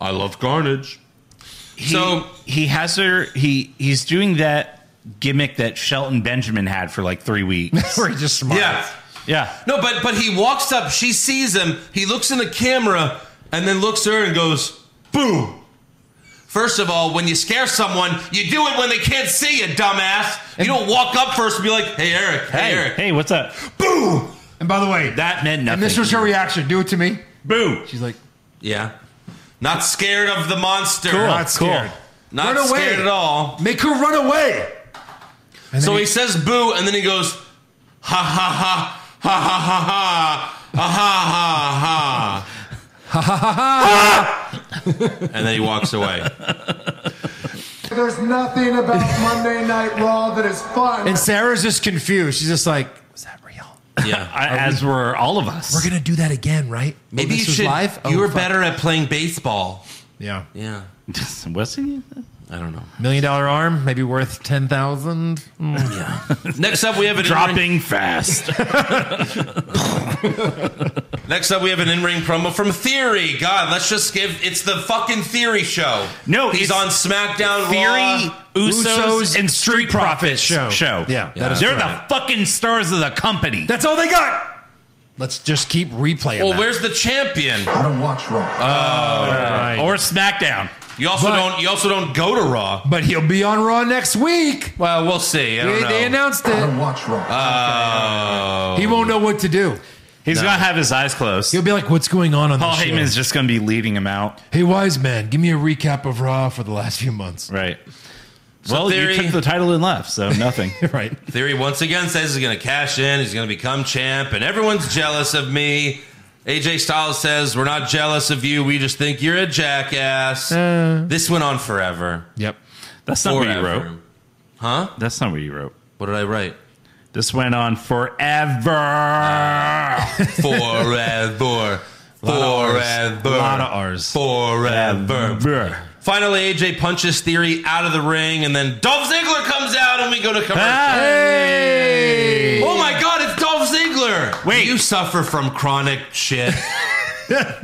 I love carnage. he- so- he has her. He he's doing that gimmick that Shelton Benjamin had for like three weeks. where he just smiles. Yeah. yeah. No, but but he walks up, she sees him, he looks in the camera, and then looks at her and goes, boom. First of all, when you scare someone, you do it when they can't see you, dumbass. You don't walk up first and be like, hey, Eric, hey, Hey, Eric. hey, what's up? Boo! And by the way, That meant nothing. and this was her reaction. Do it to me. boo. She's like, Yeah. Not scared of the monster. not cool. scared. Not Run away. scared at all. Make her run away. And So then he says boo, and then he goes, ha ha ha, ha ha ha ha, ha ha ha ha. And then he walks away. There's nothing about Monday Night Raw that is fun. and Sarah's just confused. She's just like, was that real? Yeah. I, as were all of us. We're gonna do that again, right? Maybe oh, you this was should. Live? You Oh, were fuck. better at playing baseball. Yeah. Yeah. was he? I don't know. Million dollar arm, maybe worth ten thousand. Next up, we have an in-ring- Dropping fast. next up, we have an in-ring promo from Theory. God, let's just give. It's the fucking Theory show. No, it's he's on SmackDown. Theory, Raw. Usos, Usos, and Street Profits show. show. Yeah, that is they're correct. the fucking stars of the company. That's all they got. Let's just keep replaying. Well, that. where's the champion? I don't watch Raw. Right. or SmackDown. You also But- don't. You also don't go to Raw. but he'll be on Raw next week. Well, we'll see. I don't They, know. Uh, they announced I it. don't watch Raw. Oh. He won't know what to do. He's gonna have his eyes closed. He'll be like, "What's going on on Paul this show?" Heyman's just gonna be leading him out. hey, wise man, give me a recap of Raw for the last few months. Right. well, Theory- you took the title and left, so nothing. right. Theory once again says he's going to cash in. He's going to become champ, and everyone's jealous of me. AJ Styles says we're not jealous of you. We just think you're a jackass. this went on forever. Yep. That's not what Forever. you wrote. That's not what you wrote. What did I write? This went on forever. Forever. Forever. Lot of R's. Forever. Finally, AJ punches Theory out of the ring, and then Dolph Ziggler comes out, and we go to commercial. Hey. Oh my God, it's Dolph Ziggler! Wait. You suffer from chronic shit,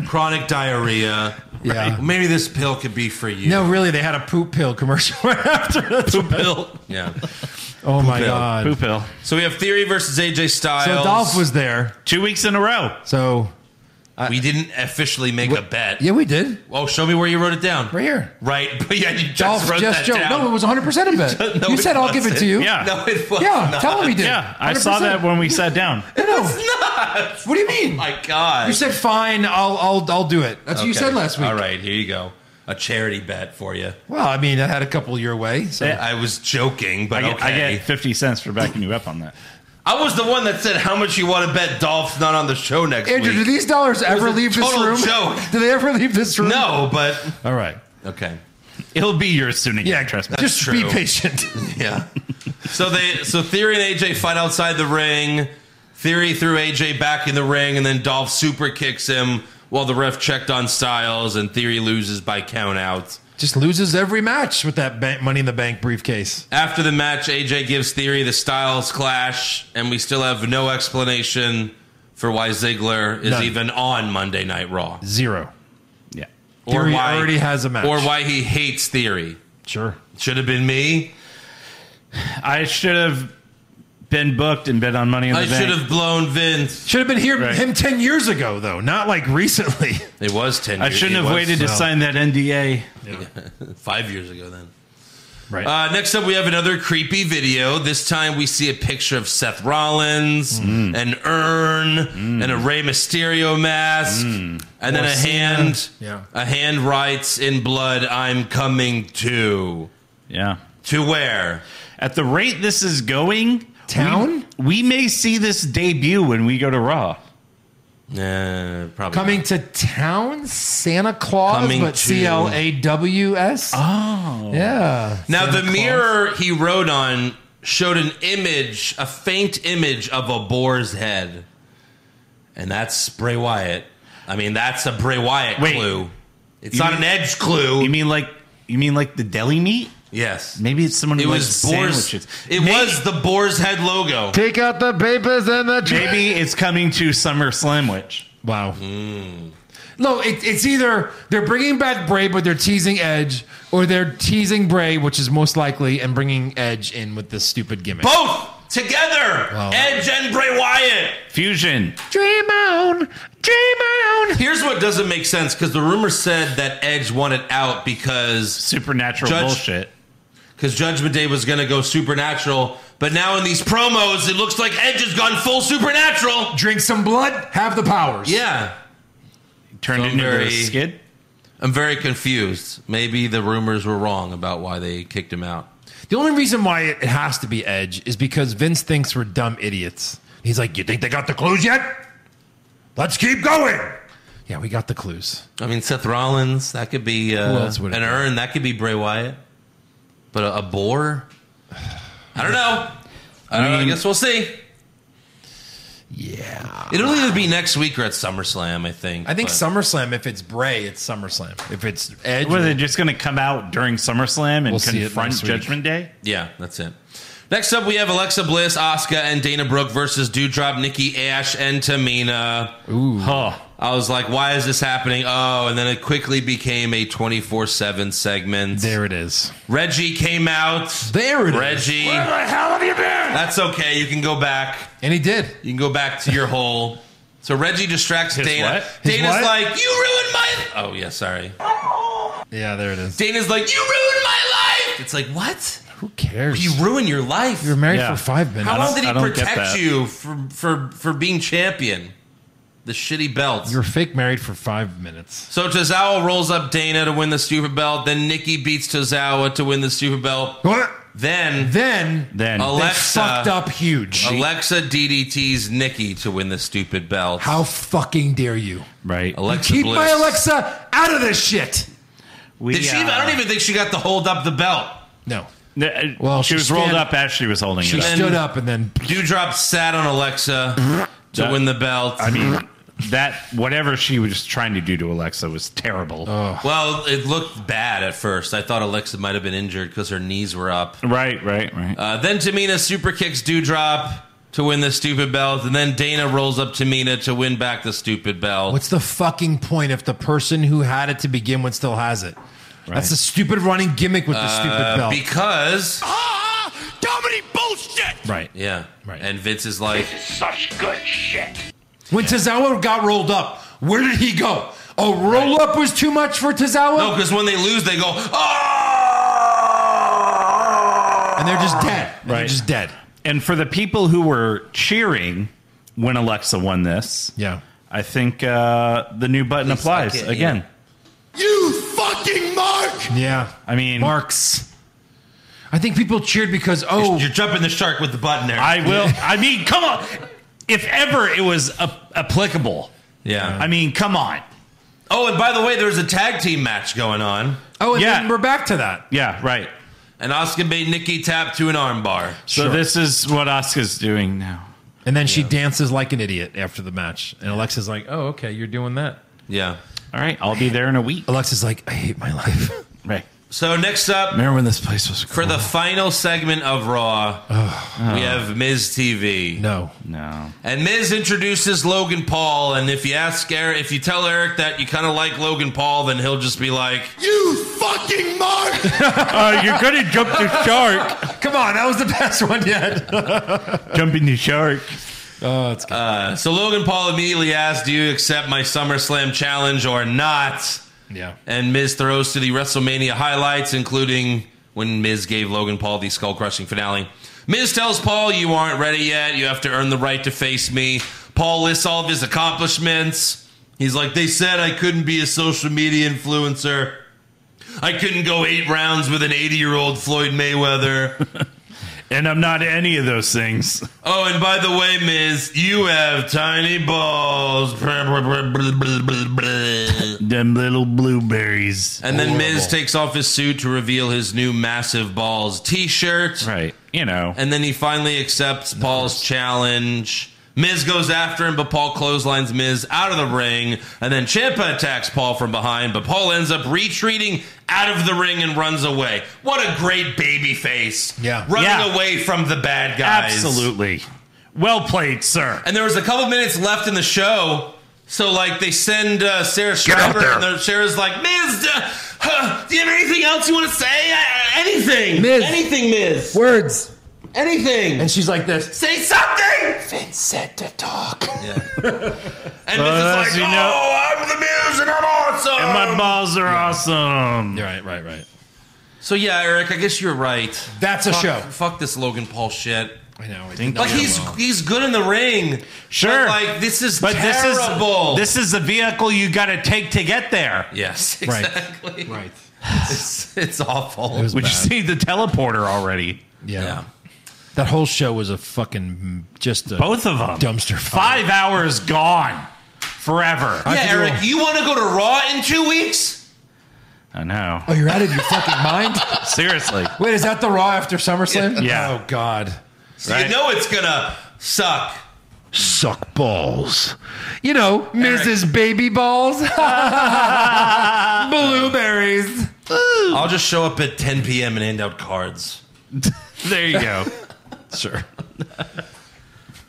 chronic diarrhea. Yeah. Maybe this pill could be for you. No, really, they had a poop pill commercial right after. That's poop pill. Yeah. Oh my pill. god. Poop hill. So we have Theory versus AJ So Styles. Dolph was there. Two weeks in a row. So We didn't officially make a bet. yeah, we did Oh, show me where you wrote it down. right here. Right, but yeah, you just Dolph wrote just that joked. down. No, it was 100 percent a bet. No, you it said I'll give it to wasn't. you. Yeah. No, it was Yeah, not. tell him he did. Yeah, I saw 100%. that when we sat down. No, no. What do you mean? Oh My God. You said fine. I'll I'll I'll do it. That's what you Okay. said last week. All right, here you go. A charity bet for you. Well, I mean, I had a couple your way. So Yeah. I was joking, I but get, okay. I get 50 cents for backing you up on that. I was the one that said how much you want to bet Dolph's not on the show next Andrew, do week. these dollars was ever a leave this total room? joke. Do they ever leave this room? no, but All right. okay. It'll be yours soon again. Yeah, trust me. Just be true. patient. Yeah. so they so Theory and AJ fight outside the ring. Theory threw AJ back in the ring, and then Dolph super kicks him while the ref checked on Styles, and Theory loses by count out. Just loses every match with that bank, money in the bank briefcase. After the match, AJ gives Theory the Styles clash, and we still have no explanation for why Ziggler is None. even on Monday Night Raw, Zero. Yeah. Theory already has a match. or why he hates Theory. Sure. Should have been me. I should have been booked and bet on money in the I bank. should have blown Vince. Should have been here Right. him ten years ago though, not like recently. It was ten. I years- shouldn't it have was waited to so- sign that NDA. Five years ago, then. Right. Uh, next up, we have another creepy video. This time, we see a picture of Seth Rollins, Mm. an urn, and a Rey Mysterio mask, and then a hand. Mm. Yeah. A hand writes in blood, "I'm coming to Yeah. to where." At the rate this is going, Town? we, we may see this debut when we go to Raw. Uh, probably Coming not. to town, Santa Claus, Coming but to- C L A W S. Oh, yeah. now. Santa the Claus. mirror he wrote on showed an image, a faint image of a boar's head, and that's Bray Wyatt. I mean, that's a Bray Wyatt Wait. clue. It's You not mean- an edge clue. You mean like you mean like the deli meat? Yes. Maybe it's someone who It likes was Boar's. sandwiches. It Maybe- was the Boar's Head logo. Take out the papers and the. Tr- Maybe it's coming to Summer Slamwich. Wow. Hmm. No, it, it's either they're bringing back Bray, but they're teasing Edge, or they're teasing Bray, which is most likely, and bringing Edge in with this stupid gimmick. Both together. Wow. Edge and Bray Wyatt. Fusion. dream on, dream on. Here's what doesn't make sense because the rumor said that Edge wanted out because Supernatural Judge- bullshit. because Judgment Day was going to go supernatural. But now in these promos, it looks like Edge has gone full supernatural. Drink some blood, have the powers. Yeah. Turned So into very- a skid. I'm very confused. Maybe the rumors were wrong about why they kicked him out. The only reason why it has to be Edge is because Vince thinks we're dumb idiots. He's like, you think they got the clues yet? Let's keep going. Yeah, we got the clues. I mean, Seth Rollins, that could be uh, Who else would an it be? urn, that could be Bray Wyatt. But a, a boar? I don't know. I don't know. I guess we'll see. Yeah. It'll either be next week or at SummerSlam, I think. I think but- SummerSlam, if it's Bray, it's SummerSlam. If it's Edge, Were they just going to come out during SummerSlam and We'll see it confront next week. Judgment Day? Yeah, that's it. Next up, we have Alexa Bliss, Asuka, and Dana Brooke versus Dewdrop, Nikki Ash, and Tamina. Huh. I was like, why is this happening? Oh, and then it quickly became a 24 7 segment. there it is. Reggie came out. There it is. Reggie. Where the hell have you been? That's okay. You can go back. And he did. You can go back to your hole. So Reggie distracts His Dana. what? His Dana's what? like, you ruined my. Oh yeah, sorry. Yeah, there it is. Dana's like, you ruined my life. It's like, what? Who cares? You ruined your life. were married Yeah. for five minutes. How long don't- did he I don't get protect that. you for, for for being champion? The shitty belt. You were fake married for five minutes. so Tozawa rolls up Dana to win the stupid belt. Then Nikki beats Tozawa to win the stupid belt. What? Then Then, Then. they Alexa- fucked up huge. Alexa DDTs Nikki to win the stupid belt. How fucking dare you? Right. Alexa Keep Bliss. my Alexa out of this shit. We, Did she? uh, I don't even think she got to hold up the belt. No. th- uh, Well, she she was rolled stand- up as she was holding She it. Up. stood up and then Dewdrop sat on Alexa to That- win the belt. I mean, that whatever she was trying to do to Alexa was terrible. Oh. well, it looked bad at first. I thought Alexa might have been injured because her knees were up. Right, right, right. Uh, then Tamina super kicks Dewdrop to win the stupid belt, and then Dana rolls up Tamina to win back the stupid belt. what's the fucking point if the person who had it to begin with still has it? That's the stupid running gimmick with the stupid belt. because right. yeah, Right. and Vince is like, When Tozawa got rolled up, where did he go? Oh, roll up was too much for Tozawa? no, because when they lose, they go, oh, And they're just dead. And They're Right. just dead. and for the people who were cheering when Alexa won this, Yeah. I think uh, the new button applies like it, again. yeah. Yeah. I mean, Marks. I think people cheered because, oh, you're jumping the shark with the button there. I will. I mean, come on. If ever it was ap- applicable, yeah. I mean, come on. oh, and by the way, there's a tag team match going on. oh, and yeah. then we're back to that. Yeah, right. And Oscar made Nikki tap to an armbar. So Sure. this is what Asuka's doing now. And then she dances like an idiot after the match. And Alexa's like, oh, okay, you're doing that. Yeah. All right, I'll be there in a week. Alexa's like, I hate my life. Right. So next up Remember when this place was for the final segment of Raw, we have Miz TV. no. no? And Miz introduces Logan Paul, and if you ask Eric, if you tell Eric that you kind of like Logan Paul, then he'll just be like, Uh, you're gonna jump the shark. Come on, that was the best one yet. Jumping the shark. oh, it's good. "So Logan Paul immediately asked, do you accept my SummerSlam challenge or not?" yeah. And Miz throws to the WrestleMania highlights, including when Miz gave Logan Paul the skull crushing finale. Miz tells Paul, You aren't ready yet. You have to earn the right to face me. Paul lists all of his accomplishments. He's like, They said I couldn't be a social media influencer. I couldn't go eight rounds with an 80 year old Floyd Mayweather. And I'm not any of those things. oh, and by the way, Miz, you have tiny balls. Them little blueberries. And then Miz takes off his suit to reveal his new massive balls t shirt. Right. You know. And then he finally accepts Paul's challenge. Miz goes after him, but Paul clotheslines Miz out of the ring, and then Champa attacks Paul from behind, but Paul ends up retreating out of the ring and runs away. What a great baby face. Yeah. Running Yeah. away from the bad guys. Absolutely. Well played, sir. And there was a couple minutes left in the show. So like they send uh, Sarah out Stryker, there. and they're- Sarah's like, Miz, uh, huh, do you have anything else you want to say? Uh, anything, Miz. anything, Miz, Words. anything. And she's like this. Say something. Vince said to talk. And Miz Well, as is you like, know- Oh, I'm the Miz, and I'm awesome. And my balls are awesome. Right, right, right. so yeah, Eric, I guess you're right. That's a fuck, show. Fuck this Logan Paul shit. I know. I Think- think Like he's he's good in the ring. Sure. But, like this is But terrible. this is this is the vehicle you got to take to get there. yes, Right. exactly. right. It's, it's awful. It was Would you bad. see the teleporter already? Yeah. yeah. That whole show was a fucking just a Both of them. dumpster fire. Five hours gone. Forever. I, I Yeah, could do Eric, a- you want to go to Raw in two weeks? know. Oh, you're out of your fucking mind. Seriously. Wait, is that the Raw after SummerSlam? Yeah. Oh God. So Right. you know it's gonna suck. Suck balls. You know, Mrs. Baby Balls. Blueberries. I'll just show up at 10 p.m. and hand out cards. There you go. Sure.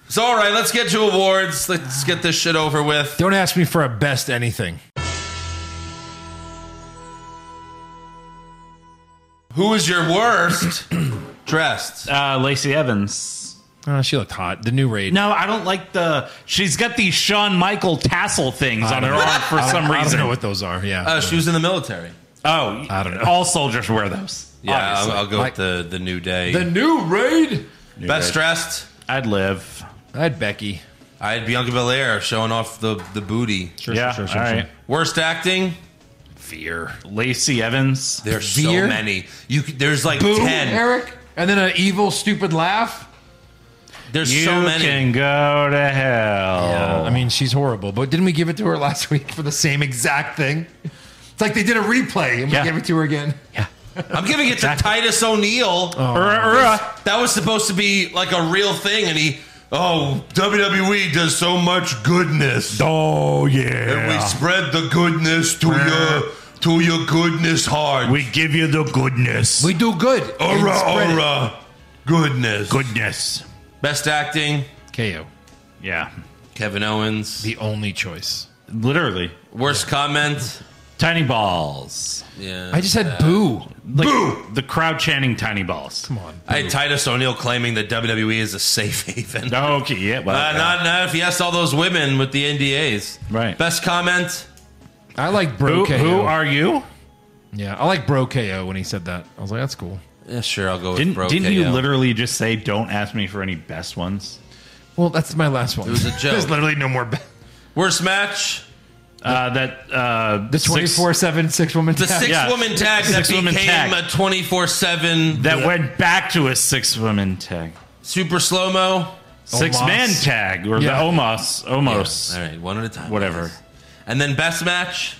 So all right, let's get to awards. Let's get this shit over with. Don't ask me for a best anything. Who is your worst dressed? Uh, Lacey Evans. Oh, she looked hot. The new raid. No, I don't like the. She's got these Shawn Michael tassel things on her arm for I some don't- I reason. don't know what those are. Yeah. Uh, she was in the military. oh, I don't know. All soldiers wear those. Yeah, I'll, obviously. I'll go Like- with the the new day. the new raid. Best dressed, I'd live. I had Becky. I had Bianca Belair showing off the the booty. Sure, yeah, sure, sure, sure, all sure. right. Worst acting, Fear. Lacey Evans. there's Veer? so many. You c- there's like Boom, ten. Eric. And then an evil, stupid laugh. There's You so many. can go to hell. I mean, she's horrible. But didn't we give it to her last week for the same exact thing? It's like they did a replay and Yeah. we gave it to her again. I'm giving it to Titus O'Neil. Oh. Ura, oh. ura. That was supposed to be like a real thing, and he, oh, WWE does so much goodness, Oh and we yeah. spread the goodness to your to your goodness heart. We give you the goodness. We do good. aura, And spread it. aura, goodness. goodness. Best acting, KO. Yeah. Kevin Owens. The only choice. Literally. Worst comment, Tiny balls. yeah. I just had boo. Like, The crowd chanting tiny balls. Come on. I had Titus O'Neil claiming that WWE is a safe haven. Okay, yeah. Well, Uh, not, not if you asked all those women with the NDAs. Right. Best comment, I like who, bro KO. who are you? yeah, I like bro KO when he said that. I was like, that's cool. yeah, sure, I'll go with Didn't, Bro didn't you KO. literally just say, don't ask me for any best ones? Well, that's my last one. It was a There's joke. literally no more. Ba- Worst match. Uh, that uh, the 24 7 six woman The tag. six Yeah. woman tag that Six-woman became tag. a 24 7 that went back to a six woman tag, super slow mo. six Omos. man tag, or Yeah. the Omos, Omos, All right, one at a time. whatever. And then best match.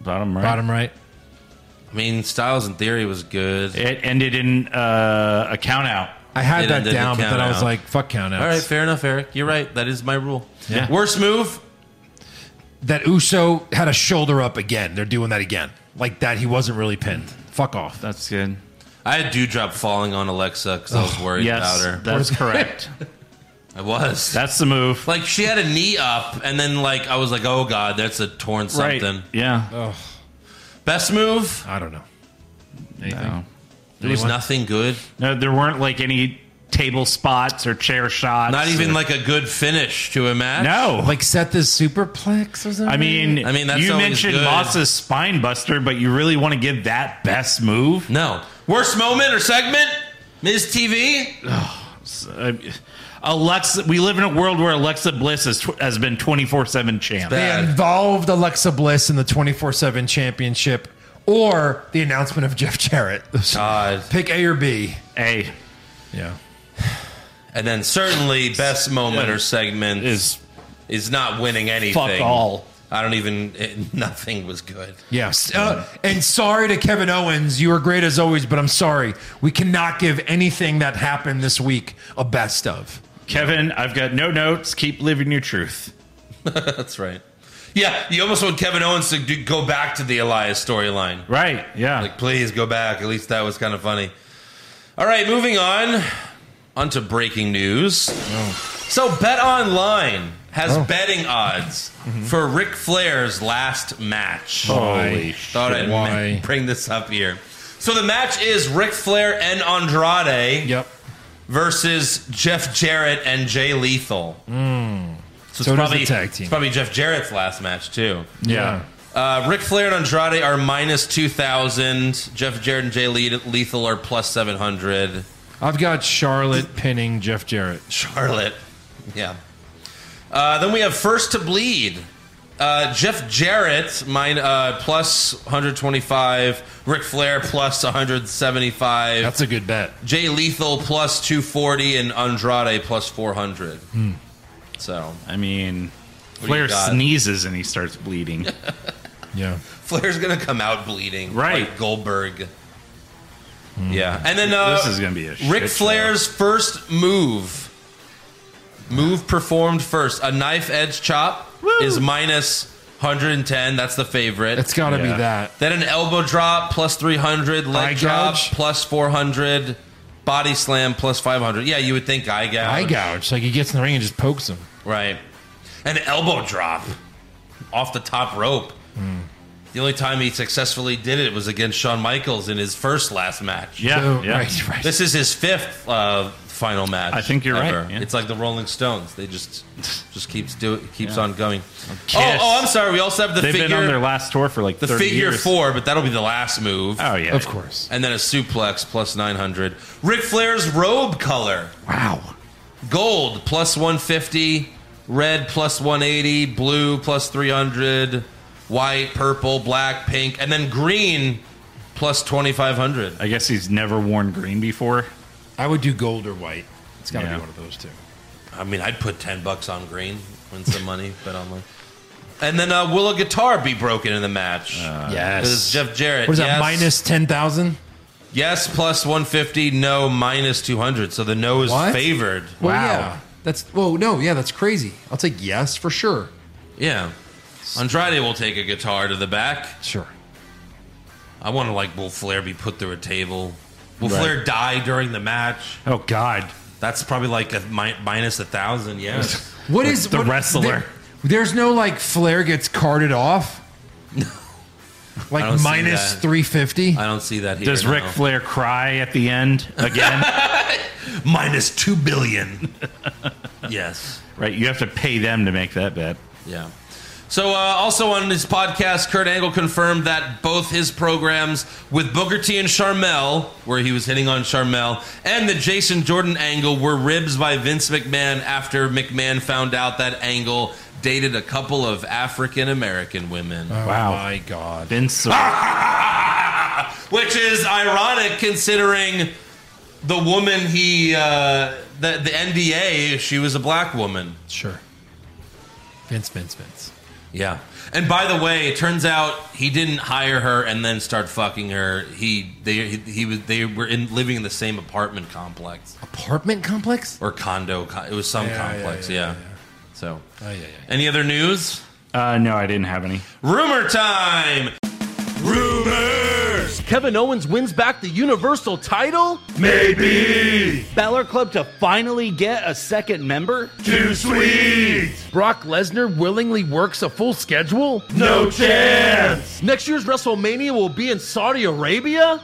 Bottom right. Bottom right. I mean, Styles and Theory was good. It ended in uh, a count out. I had It that ended the down, but then I was count-out. like, fuck count outs. All right, fair enough, Eric. You're right. That is my rule. Yeah. Worst move. that Uso had a shoulder up again. They're doing that again. Like that, he wasn't really pinned. Fuck off. That's good. I had Dewdrop falling on Alexa because I was worried Yes, about her. that's correct. I was. That's the move. like she had a knee up, and then like I was like, oh god, that's a torn something. Right. Yeah. Best move. I don't know. no. There was nothing good. No, there weren't like any table spots or chair shots. Not even or- like a good finish to a match. No. Like set this superplex or something. I mean, I mean, that's you always mentioned good. Moss's spine buster, but you really want to give that best move? No. Worst moment or segment? Ms. TV? Mm. Uh, Alexa, we live in a world where Alexa Bliss has, tw- has been 24 7 champ. they bad. involved Alexa Bliss in the twenty four seven championship or the announcement of Jeff Jarrett. God. Pick A or B. A Yeah. And then certainly best moment or segment is is not winning anything. fuck all. I don't even it, nothing was good. Yes. Uh, and sorry to Kevin Owens. You were great as always, but I'm sorry. We cannot give anything that happened this week a best of. Kevin, I've got no notes. Keep living your truth. That's right. Yeah, you almost want Kevin Owens to do, go back to the Elias storyline. Right. Yeah. Like, please go back. At least that was kind of funny. All right, moving on. Onto breaking news. So, Bet Online has Oh. betting odds Mm-hmm. for Ric Flair's last match. Holy Thought I'd Oh, Why? bring this up here. So, the match is Ric Flair and Andrade Yep. versus Jeff Jarrett and Jay Lethal. So, it's, Hmm. So it is a probably, tag team. it's probably Jeff Jarrett's last match, too. Yeah. Uh, Ric Flair and Andrade are minus 2,000. Jeff Jarrett and Jay Le- Lethal are plus 700. I've got Charlotte pinning Jeff Jarrett. Charlotte. Yeah. Uh, then we have First to Bleed. Uh, Jeff Jarrett mine, uh, plus 125. Ric Flair plus 175. That's a good bet. Jay Lethal plus 240. And Andrade plus 400. So I mean, do Flair you got? sneezes and he starts bleeding. Yeah. Flair's going to come out bleeding. Right. Hmm. Like Goldberg. Yeah. And then uh, This is gonna be a shit Ric show. Flair's first move. Move performed first. A knife edge chop is minus 110. That's the favorite. It's got to Yeah. be that. then an elbow drop plus 300. Leg Eye drop gouge? plus 400. Body slam plus 500. Yeah, you would think eye gouge. Eye gouge. Like he gets in the ring and just pokes him. Right. An elbow drop off the top rope. Hmm. The only time he successfully did it was against Shawn Michaels in his first last match. yeah. So- yeah. Right, right. This is his fifth uh, final match. I think you're right, yeah. It's like the Rolling Stones. They just just keeps do it keeps on going. Kiss. Oh, oh, I'm sorry. We also have the They've figure been on their last tour for like the 30 figure years. four, but that'll be the last move. Oh yeah. of course. And then a suplex plus 900. Ric Flair's robe color. Wow. Gold plus 150. Red plus 180. Blue plus 300. White, purple, black, pink. And then green plus 2,500. I guess he's never worn green before. I would do gold or white. It's got to Yeah. be one of those two. I mean, I'd put 10 bucks on green, win some money, bet online. And then uh, will a guitar be broken in the match? yes. this is Jeff Jarrett. What is that? Yes. Minus 10,000? Yes, plus 150. No, minus 200. So the no is What? favored. Well, yeah. That's, whoa, no, yeah, that's crazy. I'll take yes for sure. Yeah. Andrade will take a guitar to the back. Sure. I want to like Will Flair be put through a table. Will Flair die during the match? Oh God. That's probably like a mi- minus a thousand. Yeah. What is the what- wrestler. there- there's no like Flair gets carted off. I Like don't see minus that. three fifty. I don't see that here. Does Ric no. Flair cry at the end again? minus two billion? yes. right. You have to pay them to make that bet. Yeah. So, uh, also on his podcast, Kurt Angle confirmed that both his programs with Booker T and Charmel, where he was hitting on Charmel, and the Jason Jordan angle were ribs by Vince McMahon after McMahon found out that Angle dated a couple of African American women. Uh. wow. Oh My God. Vince. Which is ironic considering the woman he, uh, the, the NDA, she was a black woman. Sure. Vince, Vince, Vince. Yeah. And by the way, it turns out he didn't hire her and then start fucking her. He they he, he was they were in living in the same apartment complex Apartment complex? or condo. co- It was some Yeah, yeah, complex. Yeah, yeah, yeah, So, Oh yeah, yeah. any other news? Uh, no, I didn't have any. Rumor time. Rumors. Kevin Owens wins back the Universal title? Maybe. Balor Club to finally get a second member? Too sweet. Brock Lesnar willingly works a full schedule? No chance. Next year's WrestleMania will be in Saudi Arabia?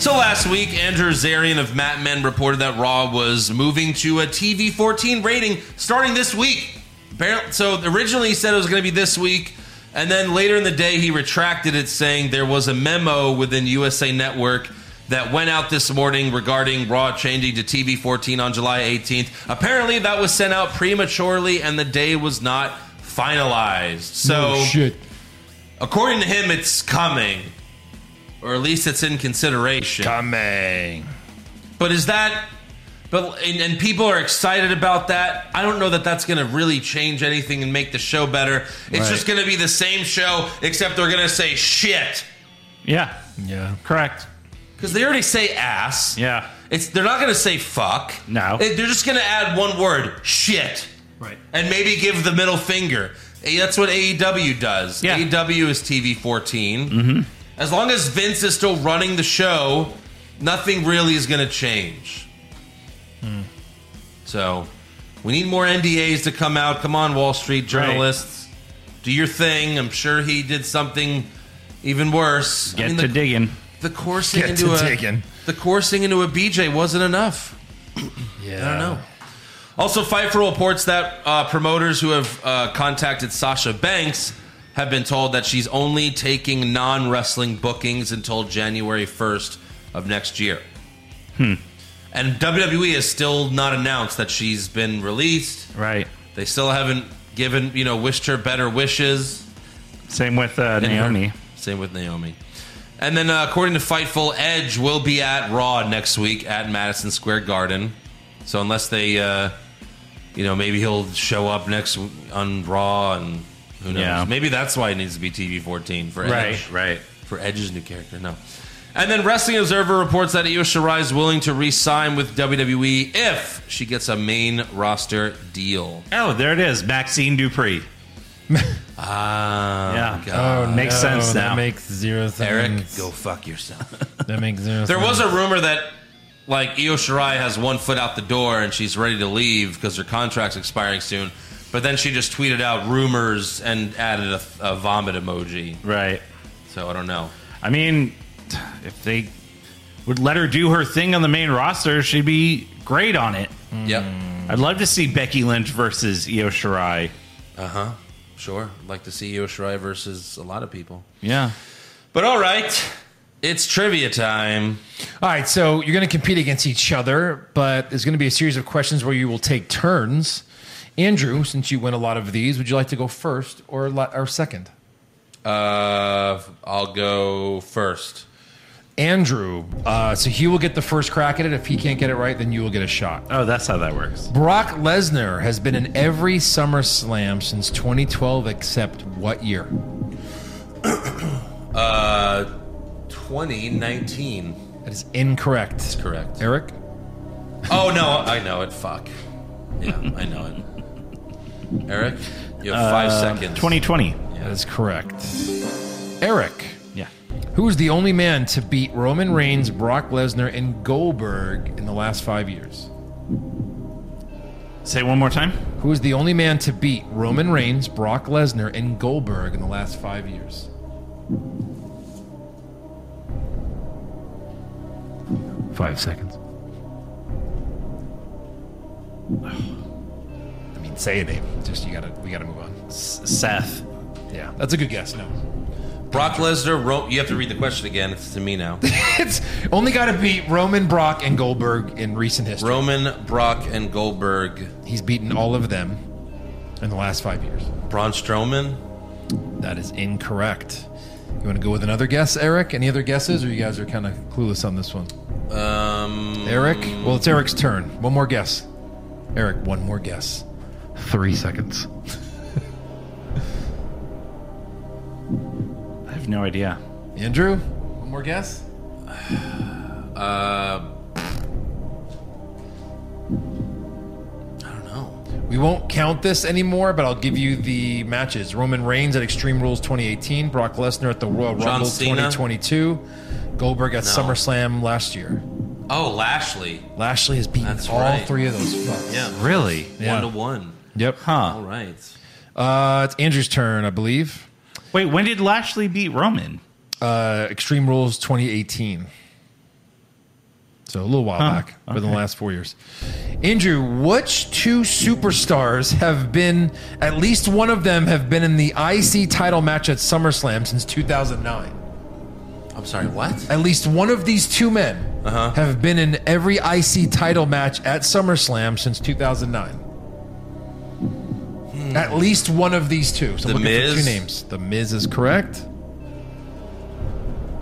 So last week, Andrew Zarian of Matt Men reported that Raw was moving to a TV 14 rating starting this week. Apparently- So originally he said it was going to be this week, and then later in the day he retracted it, saying there was a memo within USA Network that went out this morning regarding Raw changing to TV 14 on July 18th. Apparently that was sent out prematurely, and the day was not finalized. So oh shit. according to him, it's coming, or at least it's in consideration. Coming. But is that? But and, and people are excited about that. I don't know that that's going to really change anything and make the show better. It's Right. just going to be the same show, except they're going to say shit. Yeah. Yeah. Correct. because they already say ass. Yeah. It's they're not going to say fuck. No. They- They're just going to add one word, shit. Right. And maybe give the middle finger. Eh, That's what AEW does. Yeah. Mm-hmm. AEW is TV 14. As long as Vince is still running the show, nothing really is going to change. Hmm. So, we need more NDAs to come out. Come on, Wall Street journalists. Do your thing. I'm sure he did something even worse. I Get mean, to the- digging. the coursing Get into to a digging. the coursing into a BJ wasn't enough. Yeah. I don't know. Also, Fightful reports that uh, promoters who have uh, contacted Sasha Banks have been told that she's only taking non wrestling bookings until January 1st of next year. And WWE has still not announced that she's been released. Right. They still haven't given, you know, wished her better wishes. Same with uh, And her- Naomi. Same with Naomi. And then, uh, according to Fightful, Edge will be at Raw next week at Madison Square Garden. So unless they, uh, you know, maybe he'll show up next w- on Raw, and who knows? Yeah. Maybe that's why it needs to be TV fourteen for Edge. Right. For Edge's new character, no. And then Wrestling Observer reports that Io Shirai is willing to re-sign with WWE if she gets a main roster deal. Oh, there it is. Maxine Dupree. Ah, Yeah. Oh, God. Makes sense now. Oh, That makes zero sense. Eric, go fuck yourself. That makes zero There was sense. a rumor that like Io Shirai has one foot out the door and she's ready to leave because her contract's expiring soon. But then she just tweeted out rumors and added a, a vomit emoji. right. So I don't know. I mean, if they would let her do her thing on the main roster, she'd be great on it. Yep. I'd love to see Becky Lynch versus Io Shirai. Uh huh. Sure. I'd like to see Io Shirai versus a lot of people. Yeah. But all right, it's trivia time. All right, so you're going to compete against each other, but there's going to be a series of questions where you will take turns. Andrew, since you win a lot of these, would you like to go first or la- or second? Uh, I'll go first. Andrew, uh, so he will get the first crack at it. If he can't get it right, then you will get a shot. Oh, that's how that works. Brock Lesnar has been in every SummerSlam since 2012, except what year? Uh, twenty nineteen. That is incorrect. Correct. Eric? Oh no, I know it. Fuck. Yeah, I know it. Eric, you have five Uh, seconds. 2020. That is correct. Eric, Yeah. who is the only man to beat Roman Reigns, Brock Lesnar, and Goldberg in the last five years? Say it one more time. Who is the only man to beat Roman Reigns, Brock Lesnar, and Goldberg in the last five years? Five seconds. I mean, say a name. Just you gotta, we gotta move on. Seth. Yeah, that's a good guess. No, Brock Lesnar. Ro- you have to read the question again. It's to me now. it's only gotta beat Roman, Brock, and Goldberg in recent history. Roman, Brock, and Goldberg. He's beaten all of them in the last five years. Braun Strowman. That is incorrect. You want to go with another guess, Eric? Any other guesses, or you guys are kind of clueless on this one? Um, Eric? Well, it's Eric's turn. One more guess. Eric, one more guess. Three seconds. I have no idea. Andrew? One more guess? uh, I don't know. We won't count this anymore, but I'll give you the matches. Roman Reigns at Extreme Rules 2018, Brock Lesnar at the Royal John Rumble Cena? 2022, Goldberg at No. SummerSlam last year. Oh, Lashley. Lashlee has beaten That's all right. three of those fucks. Yeah. Really? Yeah. One to one. Yep. Huh. All right. Uh, it's Andrew's turn, I believe. Wait, when did Lashley beat Roman? uh, Extreme Rules 2018. So a little while back, within the last four years. Andrew, which two superstars have been, at least one of them have been in the IC title match at SummerSlam since 2009? I'm sorry. What? At least one of these two men Uh-huh. have been in every IC title match at SummerSlam since 2009. At least one of these two. So Hmm. The I'm looking for Miz? two names. The Miz is correct.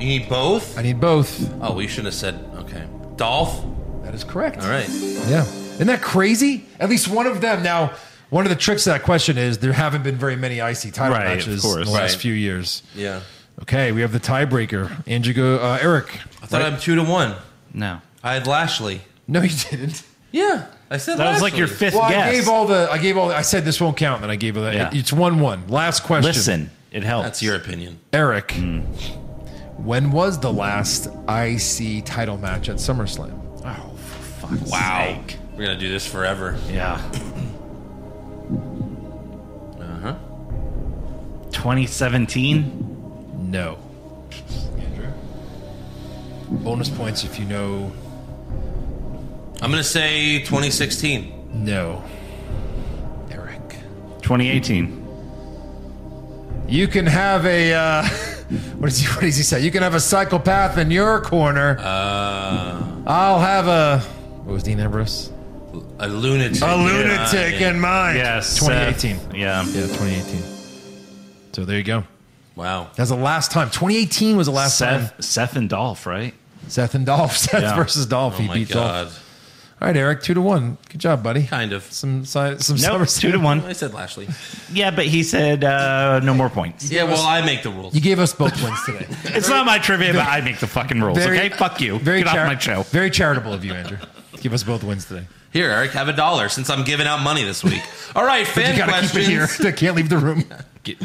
You need both? I need both. Oh, we should have said. Okay. Dolph. That is correct. All right. Yeah. Isn't that crazy? At least one of them. Now, one of the tricks to that question is there haven't been very many IC title Right, of matches in course. the last Right. few years. Yeah. Okay, we have the tiebreaker. Andrew, go, uh, Eric. I thought I'm two to one. No. I had Lashley. No, you didn't. Yeah, I said That was like Lashley. your fifth Well, guess. I gave all the. I gave all. The, I said this won't count. Then I gave it. that. Yeah. It's one one. Last question. Listen, Hmm. it helps. That's your opinion. Eric. When was the last IC title match at SummerSlam? Oh, for fuck's Wow. sake. We're gonna do this forever. Yeah. Uh huh. 2017? No. Bonus points if you know. I'm gonna say 2016. No. Eric. 2018. You can have a. Uh, what does he? What does he say? You can have a psychopath in your corner. Uh, I'll have a. What was Dean Ambrose? a lunatic. A lunatic Yeah. uh, in mine. Yes. 2018. Seth. Yeah. Yeah, 2018. So there you go. Wow. That's the last time. 2018 was the last time. Seth, Seth and Dolph, right? Seth and Dolph. Seth Yeah. versus Dolph. Oh he my beat god. Dolph. All right, Eric. Two to one. Good job, buddy. Kind of. Some si- some Nope, SummerSlam. two to one. I said Lashley. Yeah, but he said uh, no more points. Yeah. Well, I make the rules. You gave us both wins today. It's not my trivia, but I make the fucking rules. very- okay, fuck you. Very Get chari- off my show. Very charitable of you, Andrew. Give us both wins today. Here, Eric, have a dollar since I'm giving out money this week. All right, fan you gotta questions. keep it here. They can't leave the room. Get,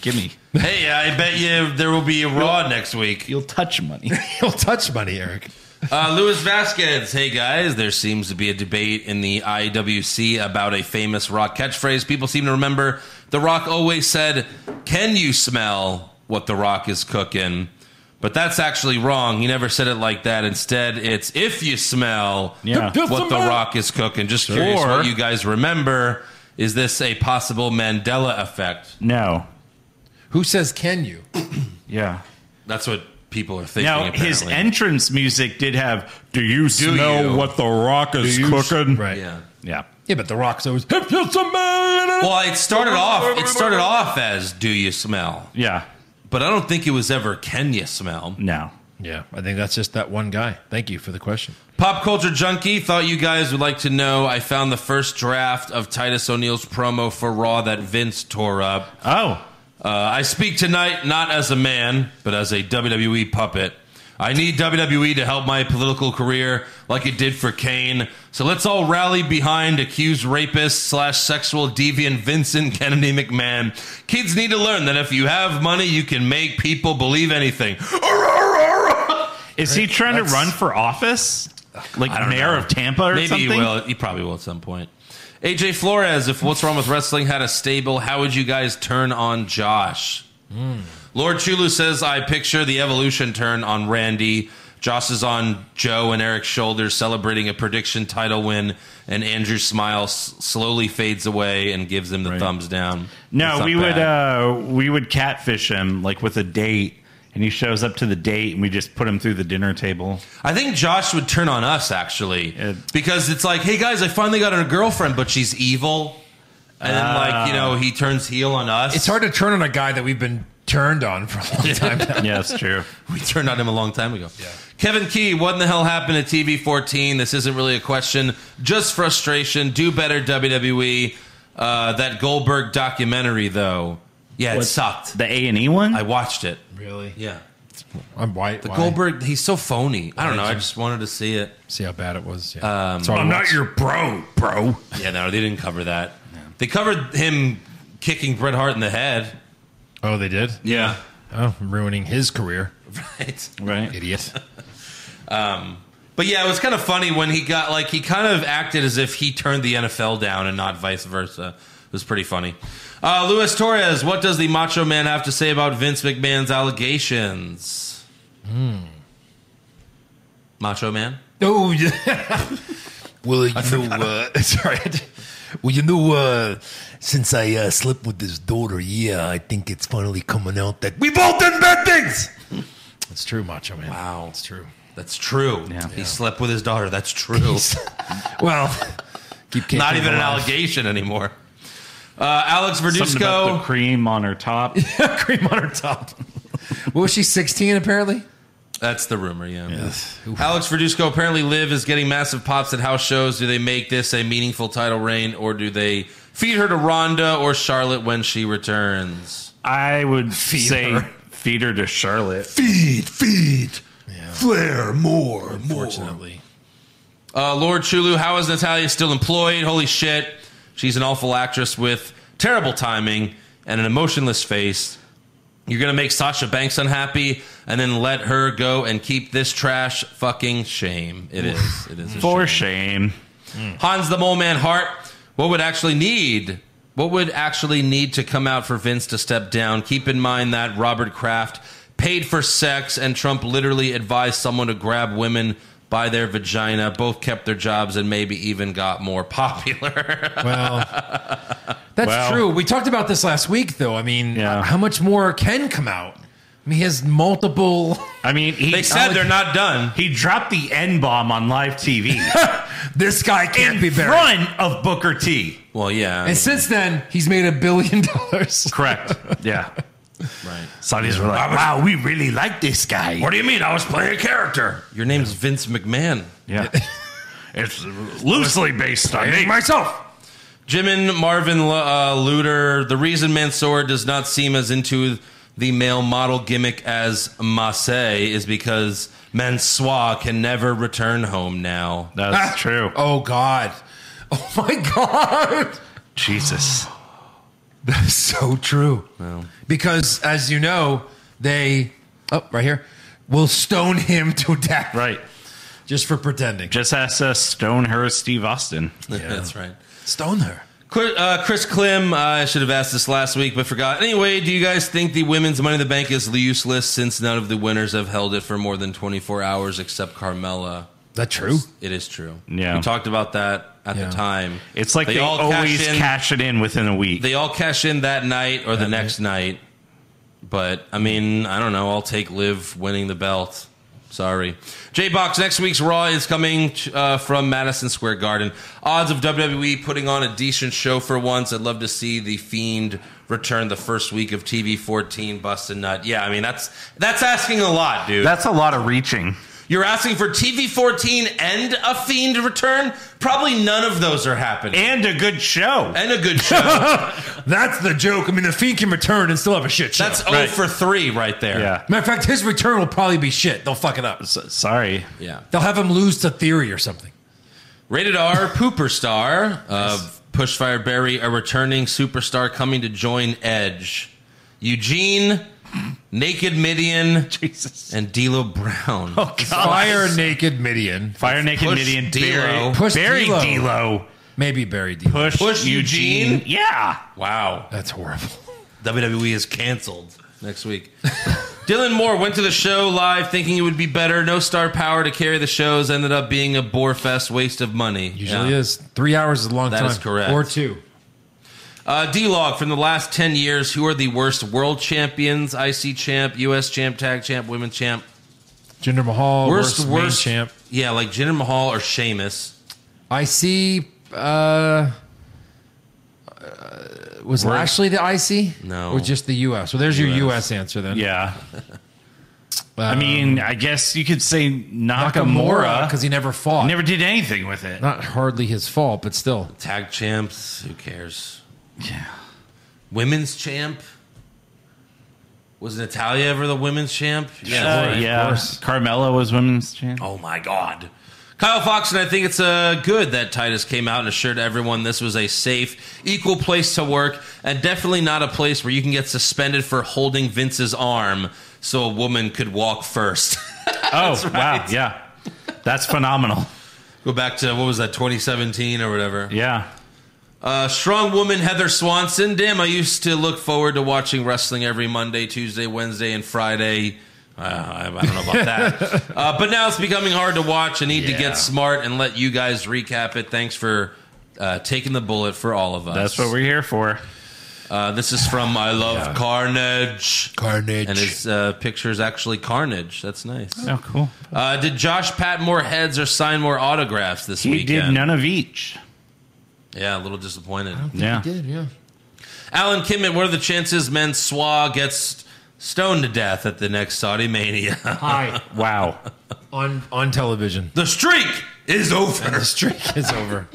Give me. Hey, I bet you there will be a Raw next week. You'll touch money. He'll touch money, Eric. Uh, Luis Vasquez, hey guys, there seems to be a debate in the IWC about a famous rock catchphrase. People seem to remember The Rock always said, Can you smell what The Rock is cooking? But that's actually wrong. He never said it like that. Instead, it's if you smell Yeah. what The Rock is cooking. Just curious Sure. what you guys remember. Is this a possible Mandela effect? no. Who says can you? Yeah. That's what people are thinking. Now his apparently. entrance music did have. Do you smell you? what the rock is cooking? Right. Yeah. Yeah. Yeah, but The Rock's always. If you smell it- Well, it started off. It started off as "Do you smell?" Yeah. But I don't think it was ever "Can you smell?" No. Yeah, I think that's just that one guy. Thank you for the question. Pop culture junkie thought you guys would like to know. I found the first draft of Titus O'Neil's promo for Raw that Vince tore up. Oh. Uh, I speak tonight not as a man, but as a WWE puppet. I need WWE to help my political career like it did for Kane. So let's all rally behind accused rapist slash sexual deviant Vincent Kennedy McMahon. Kids need to learn that if you have money, you can make people believe anything. Is he trying to run for office? Like mayor of Tampa or Maybe something? he will. He probably will at some point. AJ Flores, if What's Wrong with Wrestling had a stable, how would you guys turn on Josh? Hmm. Lord Chulu says, I picture the evolution turn on Randy. Josh is on Joe and Eric's shoulders, celebrating a prediction title win, and Andrew's smile s- slowly fades away and gives him the thumbs down. It's No, not we would bad. uh we would catfish him like with a date and he shows up to the date and we just put him through the dinner table. I think Josh would turn on us actually Yeah. because it's like, hey guys, I finally got a girlfriend, but she's evil, and then Ah. like you know he turns heel on us. It's hard to turn on a guy that we've been turned on for a long time now. Yeah, that's true. We turned on him a long time ago. Kevin Key, what in the hell happened to TV 14? This isn't really a question, just frustration. Do better, WWE. Uh, that Goldberg documentary though, yeah, it sucked. The A and E one? I watched it. Really? Yeah, I'm white. the why? Goldberg, he's so phony. I don't know. I just wanted to see it. See how bad it was. Yeah. Um, I'm your bro, bro. Yeah, no, they didn't cover that. They covered him kicking Bret Hart in the head. Oh, they did. Yeah. Oh, ruining his career, Right. right. idiot. But yeah, it was kind of funny when he got like he kind of acted as if he turned the NFL down and not vice versa. It was pretty funny. Uh, Luis Torres, what does the Macho Man have to say about Vince McMahon's allegations? Hmm. Macho Man. Oh yeah. well, you know, uh, sorry. Well, you know, uh, since I uh, slept with his daughter, yeah, I think it's finally coming out that we've all done bad things. It's true, Macho Man. Wow. it's true. That's true. Yeah. He slept with his daughter. That's true. Well, keep kicking not even an alive. allegation anymore. Uh, Alex Something about the Verduzco. cream on her top. cream on her top. what was she? Sixteen, apparently. That's the rumor, yeah. Alex Verduzco apparently Liv is getting massive pops at house shows. Do they make this a meaningful title reign, or do they feed her to Ronda or Charlotte when she returns? I would Feed say her. Feed her to Charlotte. Feed, feed, flair more, more. Uh, Lord Chulu, how is Natalia still employed? Holy shit. She's an awful actress with terrible timing and an emotionless face. You're going to make Sasha Banks unhappy and then let her go and keep this trash fucking shame. It is. It is. A For shame. Hans the Mole Man Hart, what would actually need? What would actually need to come out for Vince to step down? Keep in mind that Robert Kraft paid for sex, and Trump literally advised someone to grab women by their vagina. Both kept their jobs and maybe even got more popular. Well, that's Well. true. We talked about this last week, though. I mean, how much more can come out? I mean, he has multiple. I mean, he, They said they're not done. He dropped the N bomb on live TV. this guy can't in be buried. front of Booker T. well, yeah. I mean, And since then, he's made a billion dollars. Correct. Yeah. right. Saudis were like, was- "Wow, we really like this guy." What do you mean? I was playing a character. Your name's Vince McMahon. Yeah. it's Loosely based on me. Hey, myself. Jim and Marvin Lu- uh, Luder, the reason Mansoor does not seem as into the male model gimmick as Massey is because Mansoor can never return home now. That's true. Oh God. Oh my God. Jesus. That's so true. Because as you know, they oh right here will stone him to death Right. just for pretending. Just has to stone her, Steve Austin. That's right. Stone her. Cl- uh, Chris Klim, I should have asked this last week, but forgot. Anyway, do you guys think the women's Money in the Bank is useless since none of the winners have held it for more than 24 hours except Carmella? That true? It is true. Yeah. We talked about that at Yeah. the time. It's like they, always cash, in- it in within a week. they all cash in that night or the next night. But I mean, I don't know. I'll take Liv winning the belt. Sorry, J Box. Next week's Raw is coming uh, from Madison Square Garden. Odds of WWE putting on a decent show for once. I'd love to see the Fiend return the first week of TV 14. Bust a nut. Yeah, I mean that's that's asking a lot, dude. That's a lot of reaching. You're asking for TV 14 and a Fiend return. Probably none of those are happening. And a good show. And a good show. That's the joke. I mean, the fiend can return and still have a shit show. That's 0 for 3 right there. yeah. Matter of fact, his return will probably be shit. They'll fuck it up. S- sorry. Yeah. They'll have him lose to theory or something. Rated R, Pooper Star, uh, Pushfire Barry, a returning superstar coming to join Edge. Eugene, Naked Midian, Jesus. and D'Lo Brown. Oh, God. Fire naked Midian. Fire Naked Push Midian. D'Lo. Barry. Push Barry D'Lo. D'Lo. Maybe Barry Dean. Push, Push Eugene. Eugene. Yeah. Wow. That's horrible. WWE is canceled next week. Dylan Moore went to the show live thinking it would be better. No star power to carry the shows. Ended up being a bore fest waste of money. Usually Yeah. is. Three hours is a long That time. is correct. Or two. Uh, D log from the last 10 years, who are the worst world champions? IC champ, US champ, tag champ, women champ. Jinder Mahal, Worst, worst, worst, main champ. Yeah, like Jinder Mahal or Sheamus. I see. Uh, uh, was Lashley the IC? No. Or just the US? So there's your US answer then. Uh, Yeah. I mean, I guess you could say Nakamura. Nakamura because he never fought. never did anything with it. Not hardly his fault, but still. Tag champs, who cares? Yeah. Women's champ. Was Natalia ever the women's champ? Uh, right. yeah. Carmella was women's champ. Oh my God. Kyle Fox, and I think it's uh, good that Titus came out and assured everyone this was a safe, equal place to work, and definitely not a place where you can get suspended for holding Vince's arm so a woman could walk first. Oh, wow. Yeah. That's phenomenal. Go back to what was that, 2017 or whatever. Yeah. Uh, strong woman Heather Swanson. Damn, I used to look forward to watching wrestling every Monday, Tuesday, Wednesday, and Friday. Uh, I, I don't know about that. uh, but now it's becoming hard to watch. I need to Yeah. get smart and let you guys recap it. Thanks for uh, taking the bullet for all of us. That's what we're here for. Uh, this is from I Love Carnage. Carnage. And his uh, picture is actually Carnage. That's nice. Oh, cool. Uh, did Josh pat more heads or sign more autographs this He weekend? did none of each. Yeah, a little disappointed. Yeah. He did, yeah. Alan Kimman, what are the chances Mansoir gets stoned to death at the next Saudi Mania? Hi. Wow. on, on television. the streak is over. The streak is over.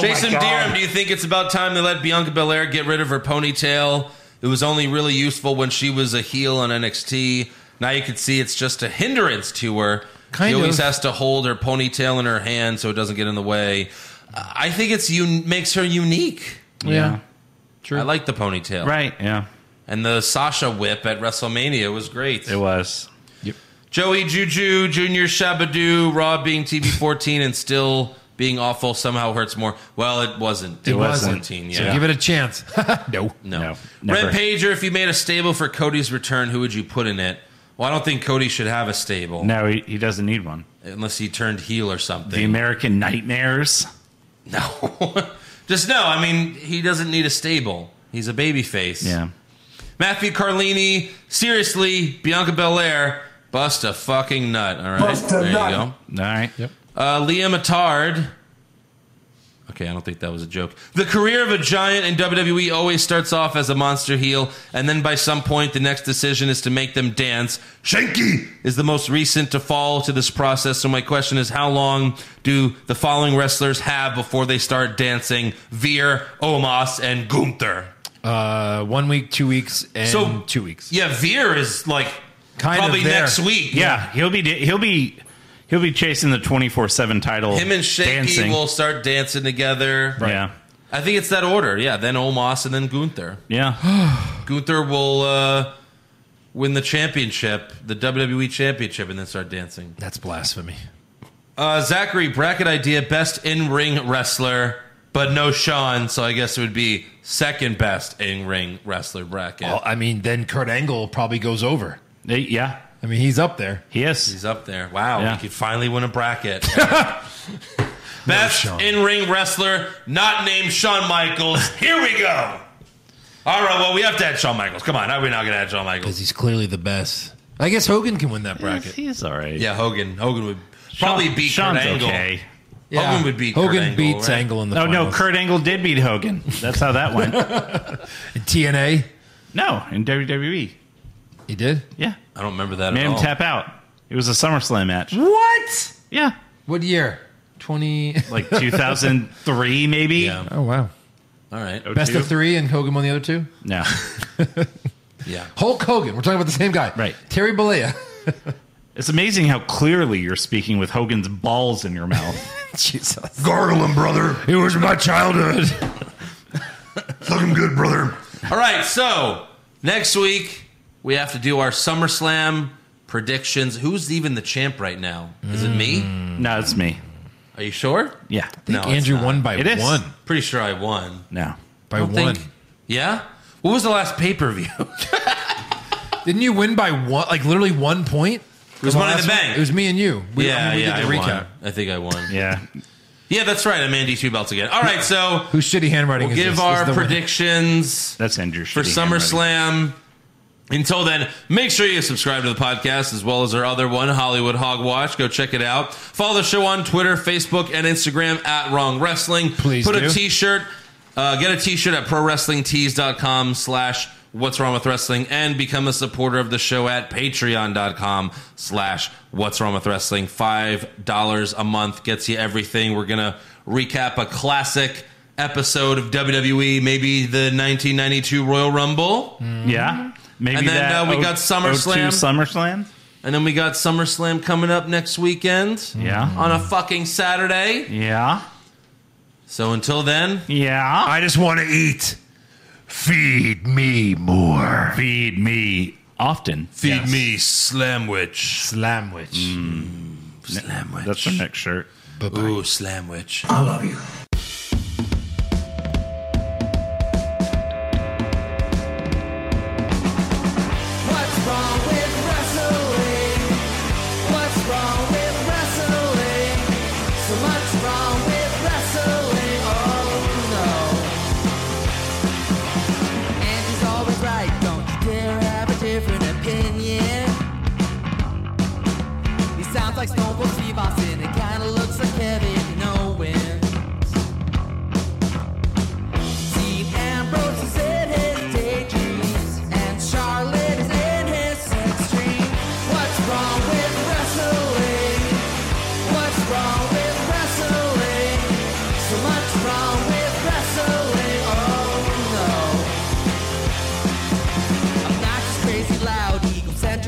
Jason Deerham, do you think it's about time they let Bianca Belair get rid of her ponytail It was only really useful when she was a heel on NXT. Now you can see it's just a hindrance to her. Kind she always of. has to hold her ponytail in her hand so it doesn't get in the way. I think it's un- makes her unique. Yeah. True. I like the ponytail. Right. Yeah. And the Sasha whip at WrestleMania was great. It was. Yep. Joey Juju, Junior Shabadoo, Raw being TV 14 and still being awful somehow hurts more. Well, it wasn't. It wasn't. 14, yeah. So give it a chance. no. No. never. Red Pager, if you made a stable for Cody's return, who would you put in it? Well, I don't think Cody should have a stable No, he, he doesn't need one. unless he turned heel or The something. American Nightmares. Just no, I mean, he doesn't need a stable. He's a babyface. Yeah. Matthew Carlini, seriously, Bianca Belair, bust a fucking nut. All right. Bust a there nut. you go. All right. Yep. Uh, Leah Matard. Okay, I don't think that was a joke. The career of a giant in WWE always starts off as a monster heel, and then by some point, the next decision is to make them dance. Shanky is the most recent to fall to this process. So my question is, how long do the following wrestlers have before they start dancing? Veer, Omos, and Gunther. Uh, one week, two weeks, and So- two weeks. Yeah, Veer is like Kind of probably there. next week. Yeah, he'll be he'll be he'll be chasing the twenty four seven title. him and Shanky dancing. will start dancing together. Yeah. I think it's that order. Yeah, then Omos and then Gunther. Yeah. Gunther will uh, win the championship, the WWE championship, and then start dancing. That's blasphemy. Uh, Zachary, bracket idea, best in ring wrestler, but no Sean, so I guess it would be second best in ring wrestler bracket. Oh. Well, I mean, then Kurt Angle probably goes over. yeah. I mean, he's up there. He is. He's up there. Wow, Yeah. we could finally win a bracket. best in ring wrestler, not named Shawn Michaels. Here we go. All right, well, we have to add Shawn Michaels. Come on, how are we not going to add Shawn Michaels? He's clearly the best. I guess Hogan can win that bracket. He's all right. Yeah, Hogan. Hogan would probably Sean- beat Sean's Kurt Angle. okay. Hogan would beat Hogan Kurt Angle, beats right? Angle in the No, no, finals. Kurt Angle did beat Hogan. That's how that went. TNA. no, in WWE. He did. Yeah. I don't remember that Made at him all. tap out. It was a SummerSlam match. What? Yeah. What year? Twenty. Like 2003, maybe? oh wow. All right. Best of three, and Hogan won the other two. No. Yeah. Hulk Hogan. We're talking about the same guy. Right. Terry Bollea. It's amazing how clearly you're speaking with Hogan's balls in your mouth. Jesus. Gargle him, brother. It was my childhood. Fuck him good, brother. All right, so next week we have to do our SummerSlam predictions. Who's even the champ right now? Is it Mm. me? no, it's me. Are you sure? I Yeah. think No, it's Andrew not. won by It is. one. Pretty sure I won. No. By I one. don't think- Yeah? What was the last pay per view? it Didn't you win by one? Like literally one point. was Come on, Money in the last one? Bank. It was me and you. We, yeah, I mean, we yeah, did I the recap. won. I think I won. Yeah. yeah, that's right. I'm Andy Two Belts again. All right, so Whose shitty handwriting we'll is give this? Is our the winner. predictions. That's Andrew. for SummerSlam. Until then, make sure you subscribe to the podcast as well as our other one, Hollywood Hogwash. Go check it out. Follow the show on Twitter, Facebook, and Instagram at Wrong Wrestling. Please Put do. a t-shirt. Uh, get a t-shirt at prowrestlingtees.com slash what's wrong with wrestling and become a supporter of the show at patreon.com slash what's wrong with wrestling. Five dollars a month gets you everything. We're gonna recap a classic episode of WWE, maybe the 1992 Royal Rumble. Yeah. Maybe And then, that uh, we O- got SummerSlam. 02 SummerSlam. And then we got SummerSlam coming up next weekend. Yeah. On a fucking Saturday. Yeah. So until then, Yeah. I just want to eat. Feed me more. feed me often. feed me Slamwich. Slamwich. Slamwich. That's our next shirt. Ooh, Slamwich. I love you. What's wrong with wrestling? What's wrong with wrestling? So much wrong with wrestling. Oh no. And he's always right. Don't you dare have a different opinion. He sounds like Stone Cold Steve Austin. It kinda looks like Kevin Owens. Oh,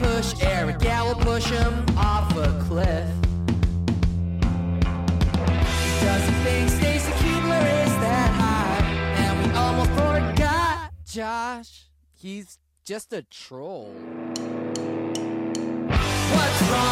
oh, push Eric, yeah, we'll push him off a cliff. Doesn't think Stacy Kubler is that hot, and we almost forgot Josh. He's just a troll. What's wrong? Oh, Oh,